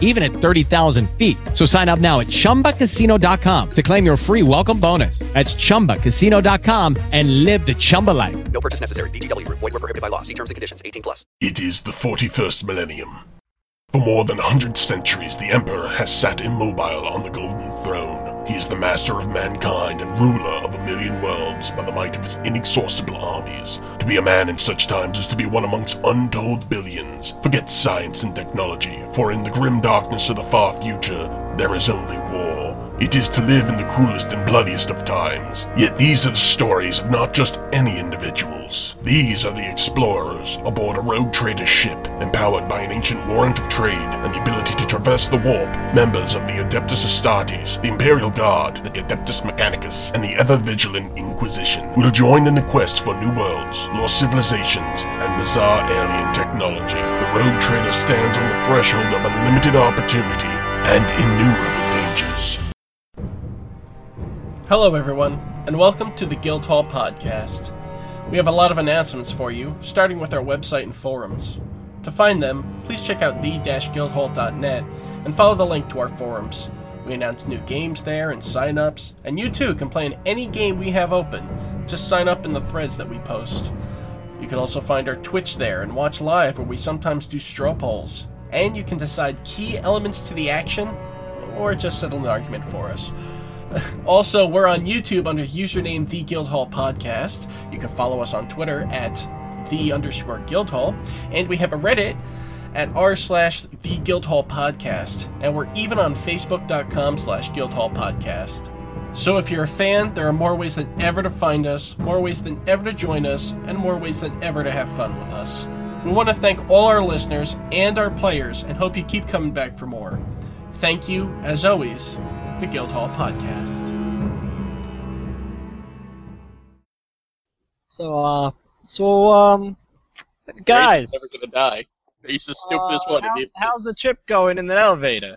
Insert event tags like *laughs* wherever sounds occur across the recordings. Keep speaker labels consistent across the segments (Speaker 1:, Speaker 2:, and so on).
Speaker 1: even at 30,000 feet. So sign up now at chumbacasino.com to claim your free welcome bonus. That's chumbacasino.com and live the Chumba life.
Speaker 2: No purchase necessary. VGW Group. Void were prohibited by law. See terms and conditions. 18 plus.
Speaker 3: It is the 41st millennium. For more than a hundred centuries, the Emperor has sat immobile on the Golden Throne. He is the master of mankind and ruler of a million worlds by the might of his inexhaustible armies. To be a man in such times is to be one amongst untold billions. Forget science and technology, for in the grim darkness of the far future, there is only war. It is to live in the cruelest and bloodiest of times. Yet these are the stories of not just any individuals. These are the explorers aboard a rogue trader ship, empowered by an ancient warrant of trade and the ability to traverse the warp, members of the Adeptus Astartes, the Imperial Guard, the Adeptus Mechanicus, and the ever vigilant Inquisition will join in the quest for new worlds, lost civilizations, and bizarre alien technology. The rogue trader stands on the threshold of unlimited opportunity and innumerable dangers.
Speaker 4: Hello, everyone, and welcome to the Guildhall Podcast. We have a lot of announcements for you, starting with our website and forums. To find them, please check out the guildhall.net and follow the link to our forums. We announce new games there and sign ups, and you too can play in any game we have open. Just sign up in the threads that we post. You can also find our Twitch there and watch live where we sometimes do straw polls. And you can decide key elements to the action or just settle an argument for us. Also, we're on YouTube under username The Guildhall Podcast. You can follow us on Twitter at The underscore Guildhall. And we have a Reddit at r slash The Guildhall Podcast. And we're even on Facebook.com slash Guildhall Podcast. So if you're a fan, there are more ways than ever to find us, more ways than ever to join us, and more ways than ever to have fun with us. We want to thank all our listeners and our players and hope you keep coming back for more. Thank you, as always, the Guildhall Podcast.
Speaker 5: So, uh, so, um, guys,
Speaker 6: Grace is never gonna die. He's the stupidest
Speaker 5: uh,
Speaker 6: one.
Speaker 7: Oh,
Speaker 5: how's, how's the trip going in the elevator?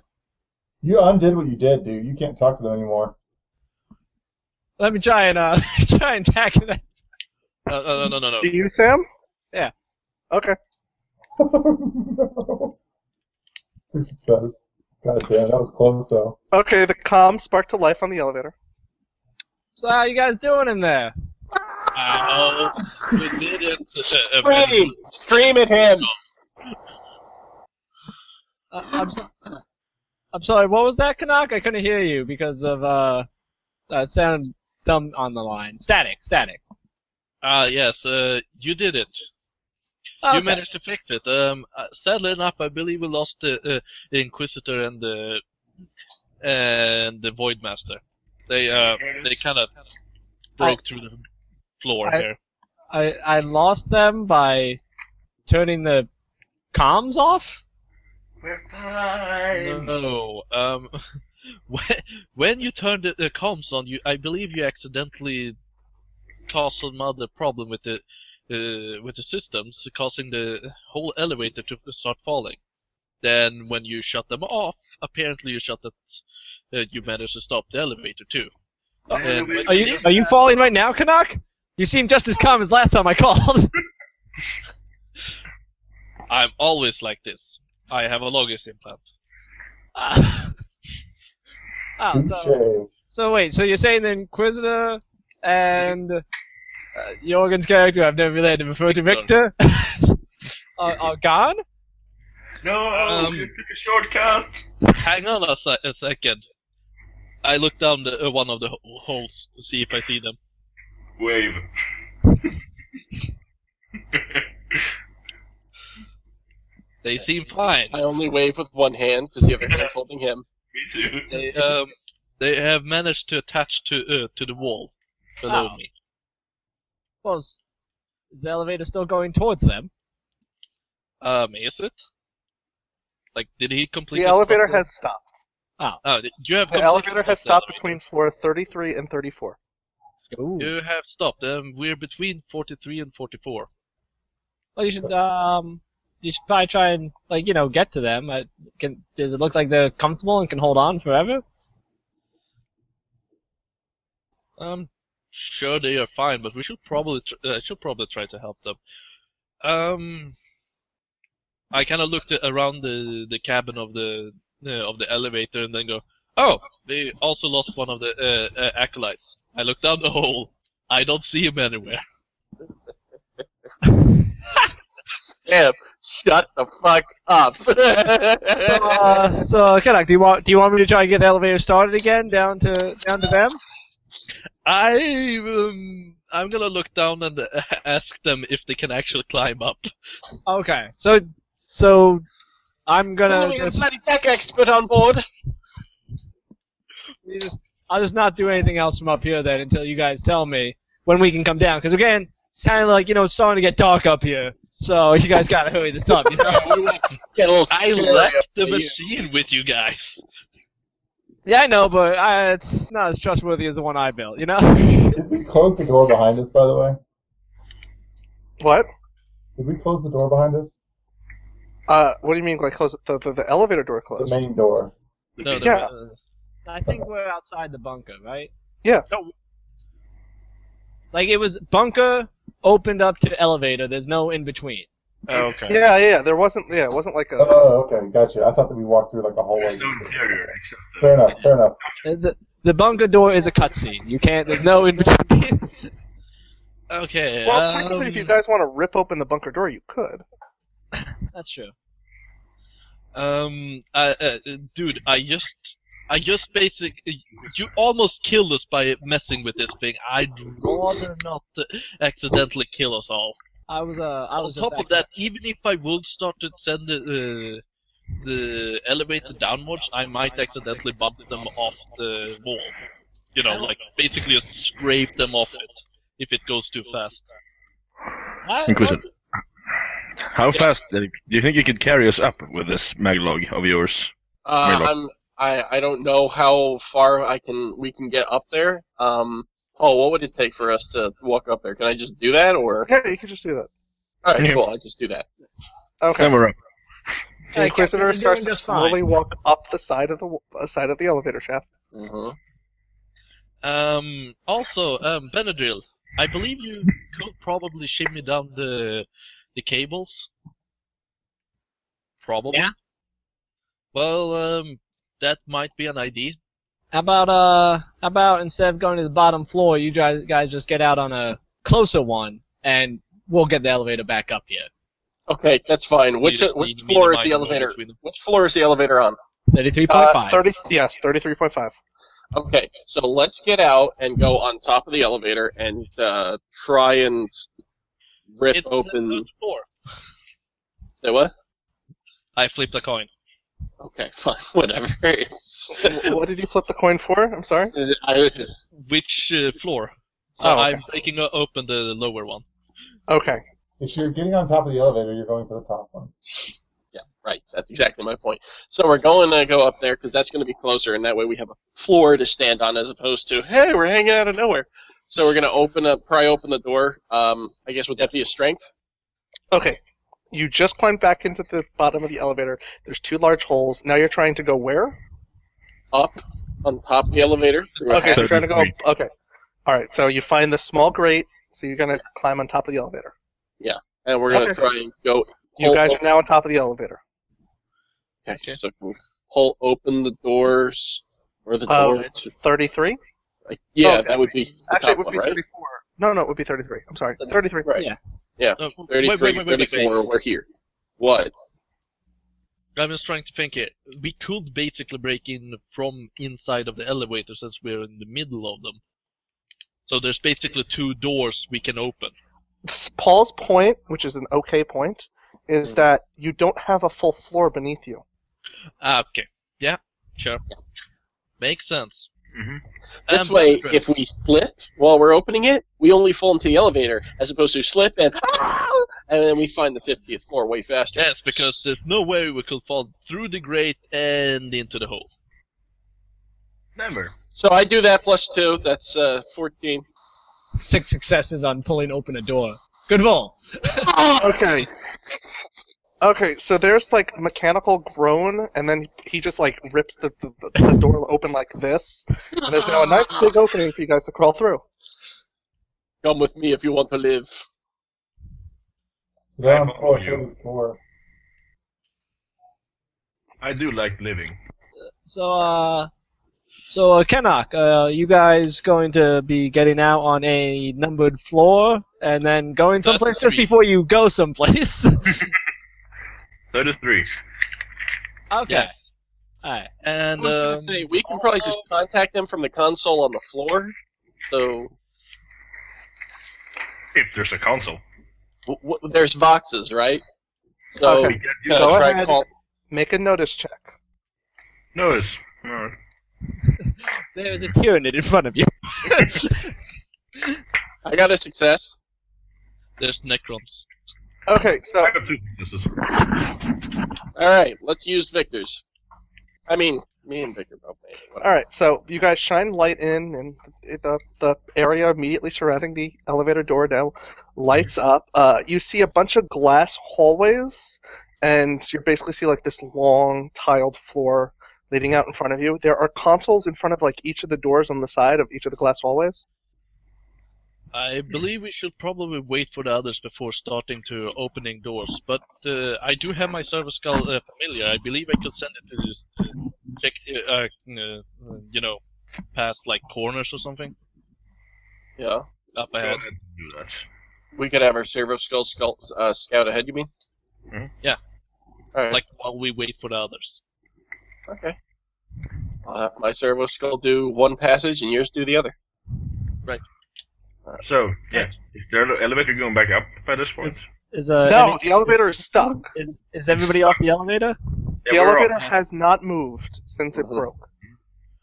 Speaker 8: You undid what you did, dude. You can't talk to them anymore. *laughs*
Speaker 5: Let me try and, uh, *laughs* try and tackle that.
Speaker 6: no, no, no, no, no.
Speaker 7: Do you, Sam?
Speaker 5: Yeah.
Speaker 7: Okay.
Speaker 8: Oh, no. Big success. God damn, that was close though.
Speaker 7: Okay, the calm sparked to life on the elevator.
Speaker 5: So, how you guys doing in there?
Speaker 6: Ow. We did it.
Speaker 9: Scream! Scream at him!
Speaker 5: Uh, I'm, so- I'm sorry, what was that, Canuck? I couldn't hear you because of, uh, that sounded dumb on the line. Static, static.
Speaker 6: Ah, yes. Uh, you did it.
Speaker 5: Okay.
Speaker 6: You managed to fix it. Um, uh, sadly enough, I believe we lost the, uh, the Inquisitor and the and the Void Master. They uh, they kind of broke through the floor
Speaker 5: I-
Speaker 6: here.
Speaker 5: I, I lost them by turning the comms off?
Speaker 9: We're fine!
Speaker 6: No. Um, *laughs* when, when you turned the, the comms on, you I believe you accidentally caused some other problem with the uh, with the systems, causing the whole elevator to start falling. Then when you shut them off, apparently you shut that uh, you managed to stop the elevator too. And when
Speaker 5: Are
Speaker 6: did
Speaker 5: you, are you falling right now, Canuck? You seem just as calm as last time I *laughs* called.
Speaker 6: I'm always like this. I have a logis implant.
Speaker 5: Ah. *laughs* oh, so,
Speaker 8: Touche.
Speaker 5: so wait, so you're saying the Inquisitor and uh, Jorgen's character, I've never related to refer to Victor, *laughs* are, are gone?
Speaker 9: No!
Speaker 6: Um,
Speaker 9: you took a shortcut!
Speaker 6: Hang on a, se- a second. I look down the, uh, one of the ho- holes to see if I see them.
Speaker 9: Wave.
Speaker 6: *laughs* They seem fine.
Speaker 10: I only wave with one hand because the other hand's holding him.
Speaker 9: Me too.
Speaker 6: They, um, they have managed to attach to uh, to the wall
Speaker 5: Oh.
Speaker 6: below
Speaker 7: Ah.
Speaker 6: me.
Speaker 5: Well, s- is the elevator still going towards them?
Speaker 6: Um, is it? Like, did he complete
Speaker 7: The
Speaker 6: his
Speaker 7: elevator
Speaker 6: puzzle?
Speaker 7: has stopped.
Speaker 6: Oh, th- you have
Speaker 7: The
Speaker 6: completed
Speaker 7: elevator has
Speaker 6: this
Speaker 7: stopped
Speaker 6: elevator.
Speaker 7: between floor 33 and 34.
Speaker 5: Ooh.
Speaker 6: You have stopped. Um, we're between forty-three and forty-four.
Speaker 5: Well, you should um, you should probably try and like you know get to them. I, can, does it look like they're comfortable and can hold on forever?
Speaker 6: I'm Um, sure they are fine, but we should probably tr- uh, should probably try to help them. Um, I kind of looked around the, the cabin of the uh, of the elevator and then go, oh, they also lost one of the uh, uh, acolytes. I look down the hole. I don't see him anywhere.
Speaker 4: Sam, shut the fuck up.
Speaker 7: *laughs*
Speaker 5: So, uh, so Kenok, do you want do you want me to try and get the elevator started again down to down to them?
Speaker 6: I um, I'm gonna look down and uh, *laughs* ask them if they can actually climb up.
Speaker 5: Okay. So so I'm
Speaker 8: Uh,
Speaker 5: gonna just,
Speaker 4: bloody tech expert on board.
Speaker 5: you just I'll just not do anything else from up here then until you guys tell me when we can come down. Because again, kind of like you know it's starting to get dark up here, so *laughs* you guys gotta hurry this up. You know?
Speaker 6: *laughs*
Speaker 4: Get a little
Speaker 6: I
Speaker 4: scary up
Speaker 6: left the
Speaker 4: to you.
Speaker 6: machine with you guys.
Speaker 5: yeah, I know, but I, it's not as trustworthy as the one I built. You know.
Speaker 8: Did we close the door behind us, by the way?
Speaker 7: What?
Speaker 8: Did we close the door behind us?
Speaker 7: Uh, what do you mean? Like close the, the, the elevator door
Speaker 8: The
Speaker 7: closed?
Speaker 8: main door.
Speaker 6: No, no,
Speaker 7: Yeah.
Speaker 6: uh,
Speaker 5: I think we're outside the bunker, right?
Speaker 7: Yeah.
Speaker 5: No. Like it was bunker opened up to elevator. There's no in between.
Speaker 4: Okay.
Speaker 7: Yeah, yeah, yeah. There wasn't. Yeah, it wasn't like a.
Speaker 8: Oh, okay, gotcha. I thought that we walked through like a hallway.
Speaker 3: There's no interior except
Speaker 8: Fair
Speaker 3: the.
Speaker 8: enough. Fair enough.
Speaker 5: The, the, the bunker door is a cutscene. You can't. There's no in between. *laughs*
Speaker 6: Okay.
Speaker 4: Oh,
Speaker 7: well, technically, if
Speaker 6: um,
Speaker 7: you guys want to rip open the bunker door, you could.
Speaker 5: That's true.
Speaker 6: Um, uh, uh, dude, I just, I just basic, you almost killed us by messing with this thing. I'd rather not accidentally kill us all.
Speaker 5: I was. Uh, I
Speaker 6: On
Speaker 5: was just.
Speaker 6: top of that, even if I would start to send the uh, the elevator downwards, I might accidentally bump them off the wall. You know, like basically just scrape them off it if it goes too fast.
Speaker 5: What?
Speaker 11: Inquisitor. How fast uh, do you think you could carry us up with this maglog of yours?
Speaker 4: Uh,
Speaker 11: Milo.
Speaker 4: I'm. I, I don't know how far I can we can get up there. Um. Oh, what would it take for us to walk up there? Can I just do that, or
Speaker 7: Yeah, you could just do that.
Speaker 4: all right,
Speaker 11: Yeah.
Speaker 4: cool, I just do that.
Speaker 7: Okay.
Speaker 11: Then we're up.
Speaker 7: The Inquisitor
Speaker 5: Captain, you're
Speaker 7: starts
Speaker 5: doing
Speaker 7: to
Speaker 5: just fine.
Speaker 7: slowly walk up the side of the w- uh, side of the elevator shaft.
Speaker 4: hmm
Speaker 6: Um, also, um, Benadryl, I believe you could probably shimmy down the the cables. Probably.
Speaker 5: Yeah.
Speaker 6: Well, um, that might be an idea.
Speaker 5: How about uh? How about instead of going to the bottom floor, you guys guys just get out on a closer one, and we'll get the elevator back up here.
Speaker 4: Okay, that's fine. Which uh,
Speaker 6: just
Speaker 4: which
Speaker 6: need me to
Speaker 4: floor is the
Speaker 6: mind go
Speaker 4: elevator?
Speaker 6: between them.
Speaker 4: Which floor is the elevator on?
Speaker 5: Thirty-three point
Speaker 7: Uh,
Speaker 5: five.
Speaker 7: Thirty. Yes, thirty-three point
Speaker 4: *laughs*
Speaker 7: five.
Speaker 4: Okay, so let's get out and go on top of the elevator and uh, try and rip
Speaker 6: It's
Speaker 4: open.
Speaker 6: episode four.
Speaker 4: Say what?
Speaker 6: I flipped a coin.
Speaker 4: Okay, *laughs* fine, whatever.
Speaker 6: *laughs*
Speaker 4: It's,
Speaker 7: what did you flip the coin for? I'm sorry.
Speaker 4: I was just,
Speaker 6: Which uh, floor? So
Speaker 7: Oh, okay.
Speaker 6: I'm breaking o- open the lower one.
Speaker 7: Okay.
Speaker 8: If you're getting on top of the elevator, you're going for the top one.
Speaker 4: yeah, right. That's exactly my point. So we're going to go up there because that's going to be closer, and that way we have a floor to stand on as opposed to hey, we're hanging out of nowhere. So we're going to open up, pry open the door. Um, I guess would that be a strength?
Speaker 7: Okay. You just climbed back into the bottom of the elevator. There's two large holes. Now you're trying to go where?
Speaker 4: Up on top of the elevator. through a
Speaker 7: Okay, so
Speaker 4: hatch.
Speaker 7: you're trying to go.
Speaker 11: Thirty
Speaker 7: Okay. All right. So you find the small grate. So you're gonna climb on top of the elevator.
Speaker 4: and we're going to
Speaker 7: okay.
Speaker 4: try and go.
Speaker 7: You
Speaker 4: pull
Speaker 7: guys
Speaker 4: open-
Speaker 7: are now on top of the elevator.
Speaker 4: Okay, so can we pull open the doors or the
Speaker 7: Uh,
Speaker 4: door to,
Speaker 7: Thirty-three.
Speaker 4: like, yeah,
Speaker 7: okay.
Speaker 4: that would be the
Speaker 7: Actually, it
Speaker 4: top
Speaker 7: would
Speaker 4: one,
Speaker 7: be
Speaker 4: right?
Speaker 7: thirty-four. No, no, it would be thirty-three. I'm sorry. Thirty-three.
Speaker 4: Right.
Speaker 5: Yeah.
Speaker 4: *laughs*
Speaker 6: Oh,
Speaker 4: 33,
Speaker 6: wait, wait, wait, wait, wait,
Speaker 4: 34, we're here. What?
Speaker 6: I'm just trying to think here. We could basically break in from inside of the elevator since we're in the middle of them. So there's basically two doors we can open.
Speaker 7: S- Paul's point, which is an okay point,
Speaker 4: Hmm.
Speaker 7: is that you don't have a full floor
Speaker 6: *laughs*
Speaker 7: beneath you.
Speaker 6: Ah, okay. Yeah, sure. Makes sense.
Speaker 12: Mm-hmm.
Speaker 11: Mhm.
Speaker 4: This
Speaker 6: Um,
Speaker 4: way,
Speaker 6: Benadryl,
Speaker 4: if we slip while we're opening it, we only fall into the elevator, as opposed to slip and "Ah!" and then we find the 50th floor way faster.
Speaker 6: Yes, because there's no way we could fall through the grate and into the hole.
Speaker 11: Never.
Speaker 4: So I do that plus two. That's uh, 14.
Speaker 5: Six successes on pulling open a door. Good roll.
Speaker 7: okay. Okay, so there's like a mechanical groan, and then he just like rips the, the, the door open like this. And there's now a nice big opening for you guys to crawl through.
Speaker 4: Come with me if you want to live.
Speaker 8: So they're on floor 34.
Speaker 12: I do like living.
Speaker 5: So, uh, so uh, Kenok, uh, you guys going to be getting out on a numbered floor and then going someplace just before you go someplace? *laughs*
Speaker 12: Thirty-three.
Speaker 5: okay. Alright.
Speaker 6: And
Speaker 4: I was gonna
Speaker 6: um,
Speaker 7: uh,
Speaker 4: say we can probably just
Speaker 7: Oh.
Speaker 4: contact them from the console on the floor. So
Speaker 12: If there's a console.
Speaker 4: w- w- there's boxes, right? So
Speaker 7: Okay.
Speaker 4: you know,
Speaker 7: Go
Speaker 4: try
Speaker 7: ahead.
Speaker 4: call-
Speaker 7: Make a notice check.
Speaker 12: Notice. Alright.
Speaker 5: There is a tyrannid in front of you.
Speaker 4: I got a success.
Speaker 6: There's Necrons.
Speaker 7: Okay, so
Speaker 12: I got two successes.
Speaker 4: All right, let's use Victor's. I mean, me and Victor both made it.
Speaker 7: All right, so you guys shine light in, and the- the the area immediately surrounding the elevator door now lights up. Uh, you see a bunch of glass hallways, and you basically see like this long tiled floor leading out in front of you. There are consoles in front of like each of the doors on the side of each of the glass hallways.
Speaker 6: I believe we should probably wait for the others before starting to opening doors. But uh, I do have my server skull uh, familiar. I believe I could send it to this uh, check, uh, uh, you know, past like corners or something
Speaker 4: Yeah,
Speaker 6: up ahead.
Speaker 12: Do that.
Speaker 4: we could have our servo skull, skull uh, scout ahead. You mean?
Speaker 6: Yeah.
Speaker 4: All right.
Speaker 6: Like while we wait for the others.
Speaker 4: okay. I'll have uh, my servo skull do one passage and yours do the other.
Speaker 12: So, yeah. Is there an elevator going back up by this point?
Speaker 5: Is uh,
Speaker 7: no,
Speaker 5: any-
Speaker 7: the elevator is stuck.
Speaker 5: is is everybody off the elevator?
Speaker 12: Yeah,
Speaker 7: the
Speaker 12: we're
Speaker 7: elevator
Speaker 12: up.
Speaker 7: has not moved since it
Speaker 4: Mhm.
Speaker 7: broke.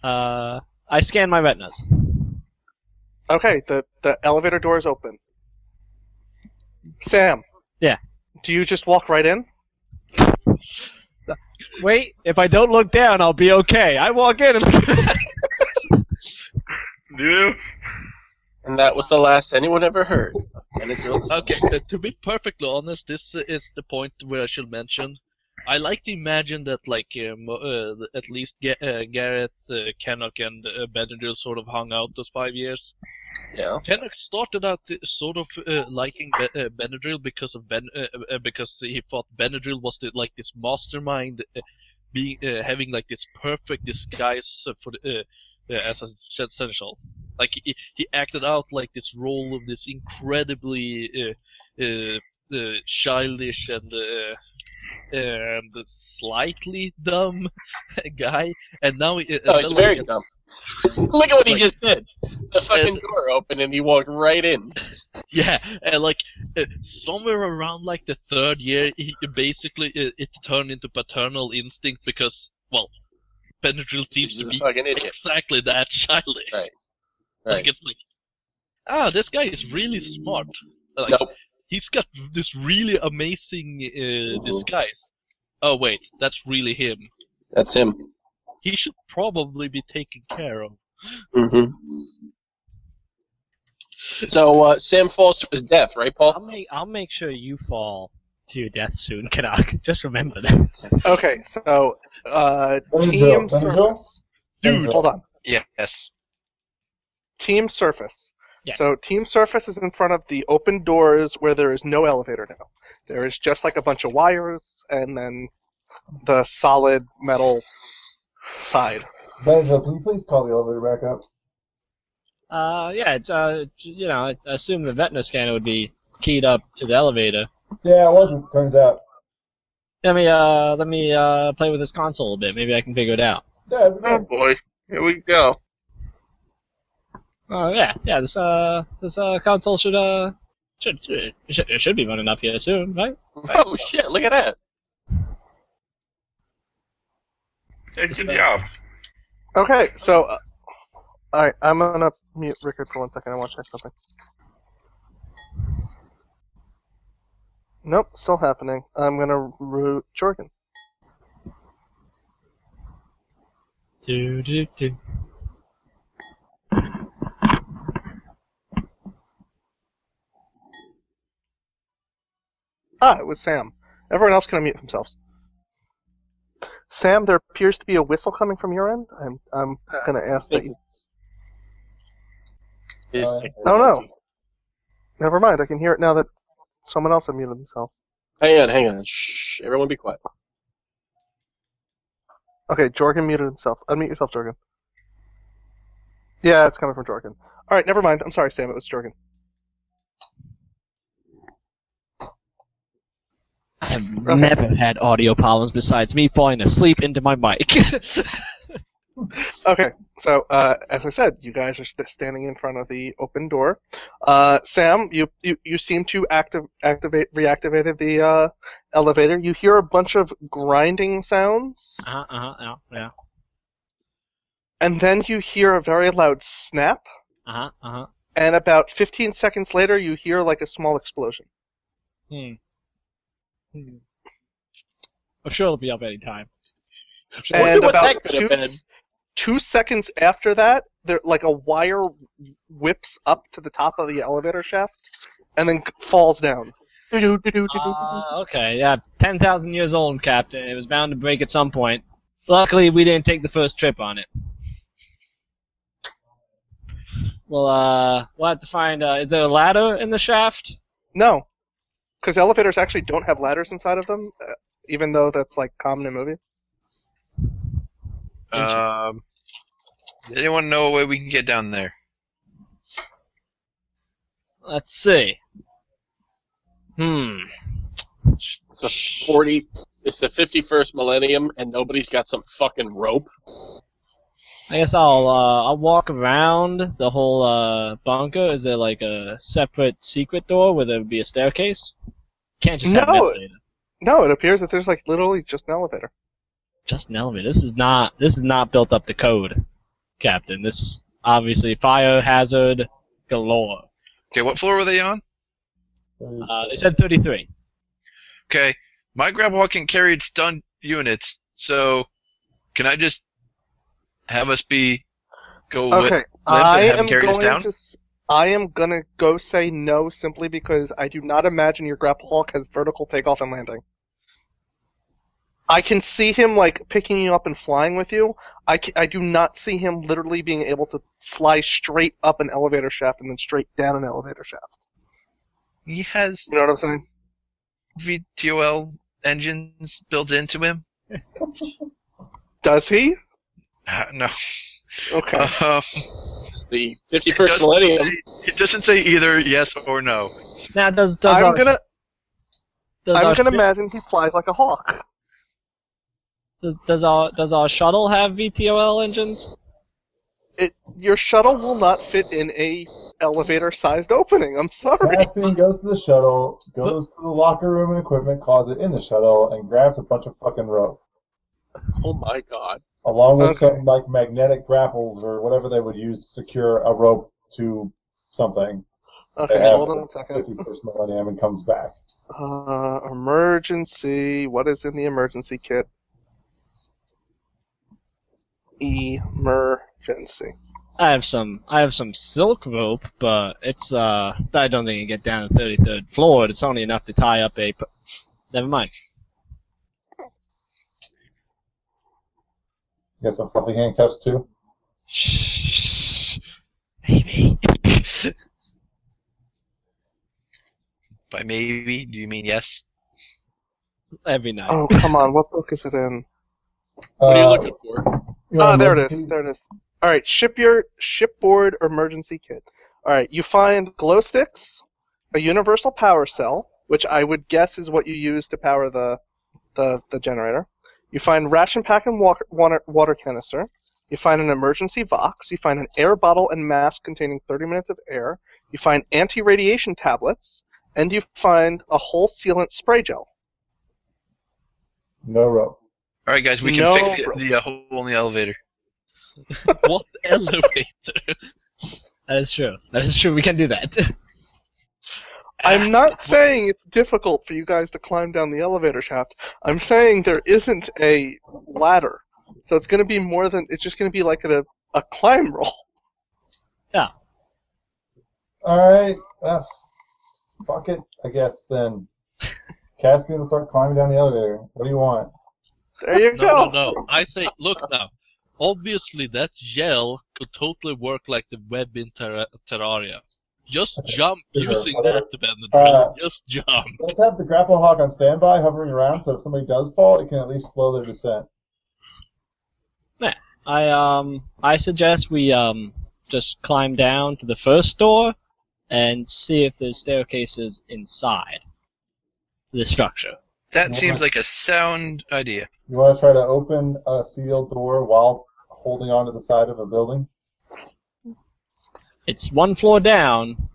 Speaker 5: Uh, I scan my retinas.
Speaker 7: Okay, the the elevator door is open. Sam.
Speaker 5: Yeah.
Speaker 7: Do you just walk right in?
Speaker 5: Wait, if I don't look down, I'll be okay. I walk in. And *laughs*
Speaker 12: Do you?
Speaker 4: And that was the last anyone ever heard. And it's
Speaker 6: Okay, uh, to be perfectly honest, this uh, is the point where I should mention. I like to imagine that, like, uh, mo- uh, th- at least Ga- uh, Garrett, uh, Kennock, and uh, Benadryl sort of hung out those five years.
Speaker 4: Yeah.
Speaker 6: Kennock started out uh, sort of uh, liking Be- uh, Benadryl because of Ben, uh, uh, because he thought Benadryl was the, like this mastermind, uh, being uh, having like this perfect disguise uh, for the, uh, uh, as essential. Like he, he acted out like this role of this incredibly uh, uh, uh, childish and uh, and slightly dumb *laughs* guy, and now he- uh,
Speaker 4: No,
Speaker 6: and
Speaker 4: he's
Speaker 6: now he
Speaker 4: very
Speaker 6: gets-
Speaker 4: dumb. Look at what he
Speaker 6: Like-
Speaker 4: just did. The fucking door opened and he walked right in.
Speaker 6: Yeah, and like uh, somewhere around like the third year, he basically uh, it turned into paternal instinct because well, Benadryl seems
Speaker 4: He's
Speaker 6: to
Speaker 4: a
Speaker 6: be
Speaker 4: fucking idiot.
Speaker 6: exactly that *laughs* childish.
Speaker 4: Right,
Speaker 6: Like
Speaker 4: Right.
Speaker 6: it's like, ah, this guy is really smart. Like
Speaker 4: Nope.
Speaker 6: he's got this really amazing uh,
Speaker 4: Mhm.
Speaker 6: disguise. Oh wait, that's really him.
Speaker 4: That's him.
Speaker 6: He should probably be taken care of.
Speaker 4: hmm So uh, Sam Foster was deaf, right,
Speaker 5: I'll
Speaker 4: Paul?
Speaker 5: make I'll make sure you fall to your death soon, *laughs* Kanak. Just remember that.
Speaker 7: Okay, so uh,
Speaker 8: Benadryl,
Speaker 7: team
Speaker 8: Benadryl?
Speaker 7: surface. Dude,
Speaker 8: Benadryl.
Speaker 7: hold on.
Speaker 4: Yes.
Speaker 7: Team surface.
Speaker 5: Yes.
Speaker 7: So team surface is in front of the open doors where there is no elevator now. There is just like a bunch of wires and then the solid metal side.
Speaker 8: Benadryl, can you please call the elevator back up?
Speaker 5: Uh, yeah, it's uh, j- you know, I assume the retina scanner would be keyed up to the elevator.
Speaker 8: Yeah, it wasn't, turns out.
Speaker 5: Let me uh, let me uh, play with this console a bit. Maybe I can figure it out.
Speaker 8: Yeah, it'd be
Speaker 4: Oh
Speaker 8: good.
Speaker 4: boy, here we go.
Speaker 5: Oh yeah, yeah. This uh, this uh, console should uh, should should, it should, it should be running up here soon, right?
Speaker 4: Oh shit! Look at that.
Speaker 12: Yeah, good job.
Speaker 7: Okay, so uh, all right, I'm gonna mute Rickard for one second. I want to check something. Nope, still happening. I'm gonna root Jorgen.
Speaker 5: Do do do.
Speaker 7: Ah, it was Sam. Everyone else can unmute themselves. Sam, there appears to be a whistle coming from your end. I'm I'm
Speaker 4: Uh,
Speaker 7: gonna ask that you.
Speaker 4: Is
Speaker 7: Oh no. Never mind. I can hear it now that someone else unmuted themselves.
Speaker 4: Hang on, hang on. Shh, everyone be quiet.
Speaker 7: Okay, Jorgen muted himself. Unmute yourself, Jorgen. Yeah, it's coming from Jorgen. All right, never mind. I'm sorry, Sam. It was Jorgen.
Speaker 5: I've never had audio problems besides me falling asleep into my mic. *laughs*
Speaker 7: Okay, so uh, as I said, you guys are st- standing in front of the open door. Uh, Sam, you, you you seem to active activate reactivated the uh, elevator. You hear a bunch of grinding sounds,
Speaker 5: uh-huh, uh-huh, yeah, yeah.
Speaker 7: and then you hear a very loud snap.
Speaker 5: Uh-huh, uh-huh.
Speaker 7: And about 15 seconds later, you hear like a small explosion.
Speaker 5: Hmm. hmm. I'm sure it'll be up any time. I'm sure-
Speaker 7: And about two, s- two seconds after that, there like a wire whips up to the top of the elevator shaft, and then c- falls down.
Speaker 5: Ah, okay, yeah. 10,000 years old, Captain. It was bound to break at some point. Luckily, we didn't take the first trip on it. Well, uh, we'll have to find. Uh, is there a ladder in the shaft?
Speaker 7: No, because elevators actually don't have ladders inside of them, uh, even though that's like common in movies.
Speaker 13: Um, does anyone know a way we can get down there?
Speaker 5: Let's see. Hmm.
Speaker 4: It's a forty. It's the fifty-first millennium, and nobody's got some fucking rope.
Speaker 5: I guess I'll uh, I'll walk around the whole uh, bunker. Is there like a separate secret door where there would be a staircase? Can't just have an
Speaker 7: No.
Speaker 5: elevator.
Speaker 7: No, it appears that there's like literally just an elevator.
Speaker 5: Just an elevator. This is not this is not built up to code, Captain. This obviously fire hazard galore.
Speaker 13: Okay, what floor were they on?
Speaker 5: Uh, they said 33.
Speaker 13: Okay, my grab walk can carry stun units, so can I just have us be go with
Speaker 7: Okay,
Speaker 13: Limp
Speaker 7: I
Speaker 13: and have
Speaker 7: am
Speaker 13: him carry us
Speaker 7: going
Speaker 13: down?
Speaker 7: to. s- I am gonna go say no simply because I do not imagine your grapple hulk has vertical takeoff and landing. I can see him like picking you up and flying with you. I, ca- I do not see him literally being able to fly straight up an elevator shaft and then straight down an elevator shaft.
Speaker 13: He has.
Speaker 7: You know what I'm saying?
Speaker 13: VTOL engines built into him.
Speaker 7: Does he?
Speaker 13: Uh, no. *laughs*
Speaker 7: Okay.
Speaker 4: Uh,
Speaker 13: Um,
Speaker 4: the 51st
Speaker 13: millennium. It doesn't say either yes or no.
Speaker 5: Now does does
Speaker 7: I'm
Speaker 5: our,
Speaker 7: gonna
Speaker 5: does
Speaker 7: I'm
Speaker 5: our
Speaker 7: gonna
Speaker 5: sh-
Speaker 7: imagine he flies like a hawk.
Speaker 5: does, does our does our shuttle have VTOL engines?
Speaker 7: It your shuttle will not fit in a elevator sized opening. I'm sorry.
Speaker 8: Caspian goes to the shuttle, goes to the locker room and equipment closet in the shuttle, and grabs a bunch of fucking rope,
Speaker 4: Oh my god.
Speaker 8: along with some like magnetic grapples or whatever they would use to secure a rope to something.
Speaker 7: Okay,
Speaker 8: They have
Speaker 7: hold on a second.
Speaker 8: 51st millennium and comes back.
Speaker 7: Uh, emergency. What is in the emergency kit? Emergency.
Speaker 5: I have some I have some silk rope, but it's uh I don't think it can get down to the 33rd floor. It's only enough to tie up a. p- Never mind.
Speaker 8: You got some fluffy handcuffs too.
Speaker 13: By maybe, do you mean yes?
Speaker 5: Every night.
Speaker 7: Oh come on! What book is it in?
Speaker 13: What are you Uh,
Speaker 4: looking
Speaker 7: for?
Speaker 13: You
Speaker 7: Ah,
Speaker 13: want
Speaker 7: there it is.
Speaker 13: emergency?
Speaker 7: There it is. All right, ship your shipboard emergency kit. All right, you find glow sticks, a universal power cell, which I would guess is what you use to power the the, the generator. You find ration pack and walker, water, water canister. You find an emergency vox. You find an air bottle and mask containing 30 minutes of air. You find anti-radiation tablets, and you find a whole sealant spray gel.
Speaker 8: No rope.
Speaker 13: All right, guys, we can
Speaker 7: No,
Speaker 13: fix
Speaker 7: bro.
Speaker 13: the, the uh, hole in the elevator.
Speaker 5: *laughs* what elevator? That is true. That is true. We can do that. *laughs*
Speaker 7: I'm not saying it's difficult for you guys to climb down the elevator shaft. I'm saying there isn't a ladder. So it's going to be more than. It's just going to be like a, a climb roll. *laughs*
Speaker 8: All right, uh, fuck it, I guess then. Caspian will start climbing down the elevator. What do you want?
Speaker 7: There you
Speaker 6: no, No, no, I say, look now. Obviously, that yell could totally work like the web in terra- Terraria. Just jump
Speaker 8: sure,
Speaker 6: using
Speaker 8: whatever.
Speaker 6: that, Abandoned
Speaker 8: Uh,
Speaker 6: Just jump.
Speaker 8: Let's have the grapple hawk on standby, hovering around, so if somebody does fall, it can at least slow their descent.
Speaker 5: I um I suggest we um just climb down to the first door and see if there's staircases inside the structure.
Speaker 13: That seems like a sound idea.
Speaker 8: You want to try to open a sealed door while holding onto the side of a building?
Speaker 5: It's one floor down.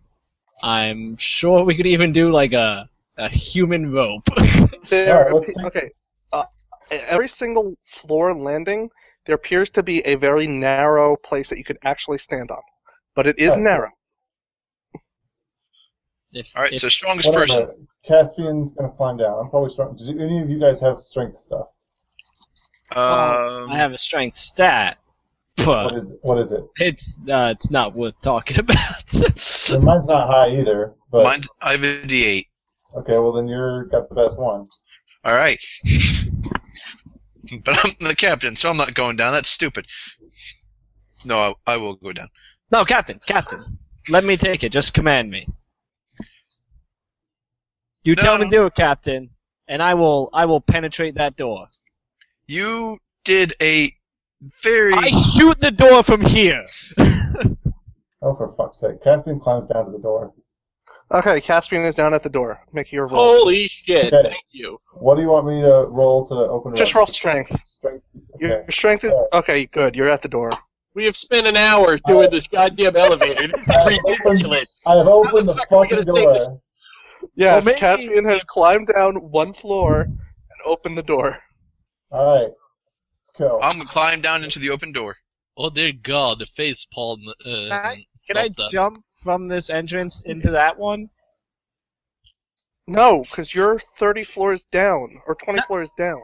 Speaker 5: I'm sure we could even do like a a human rope. *laughs*
Speaker 7: There, appe- okay. Uh, every single floor landing, there appears to be a very narrow place that you could actually stand on, but it is
Speaker 8: Right.
Speaker 7: narrow.
Speaker 13: All right, so strongest
Speaker 8: Whatever.
Speaker 13: person.
Speaker 8: Caspian's gonna climb down. I'm probably strong. Do any of you guys have strength stuff?
Speaker 13: Um,
Speaker 5: I have a strength stat. But
Speaker 8: What is it? What is it?
Speaker 5: It's uh, it's not worth talking *laughs* about.
Speaker 8: Well, mine's not high either. But
Speaker 13: Mine's I have a D8.
Speaker 8: okay, well then you're got the best one.
Speaker 13: All right. *laughs* but I'm the captain, so I'm not going down. That's stupid. No, I, I will go down.
Speaker 5: no, Captain, Captain, let me take it. Just command me. You tell
Speaker 7: Um,
Speaker 5: me to do it, Captain, and I will I will penetrate that door.
Speaker 13: You did a very.
Speaker 5: I shoot the door from here.
Speaker 8: Oh, for fuck's sake! Caspian climbs down to the door.
Speaker 7: Okay, Caspian is down at the door. Make your roll.
Speaker 4: Holy shit!
Speaker 8: Okay.
Speaker 4: Thank you.
Speaker 8: What do you want me to roll to
Speaker 6: Oh.
Speaker 8: open? it
Speaker 7: Just
Speaker 8: up?
Speaker 7: roll strength.
Speaker 8: Strength.
Speaker 7: Your strength is okay. Good. You're at the door.
Speaker 4: We have spent an hour doing this goddamn elevator. This is
Speaker 7: *laughs*
Speaker 4: ridiculous.
Speaker 8: I have opened the fucking door.
Speaker 7: Yes, Caspian has climbed down one floor and opened the door.
Speaker 8: All right. Let's go.
Speaker 13: I'm gonna climb down into the open door.
Speaker 6: Oh dear God, the face palm. Uh,
Speaker 5: Can I jump from this entrance into that one?
Speaker 7: No, because you're 30 floors down or 20 floors down.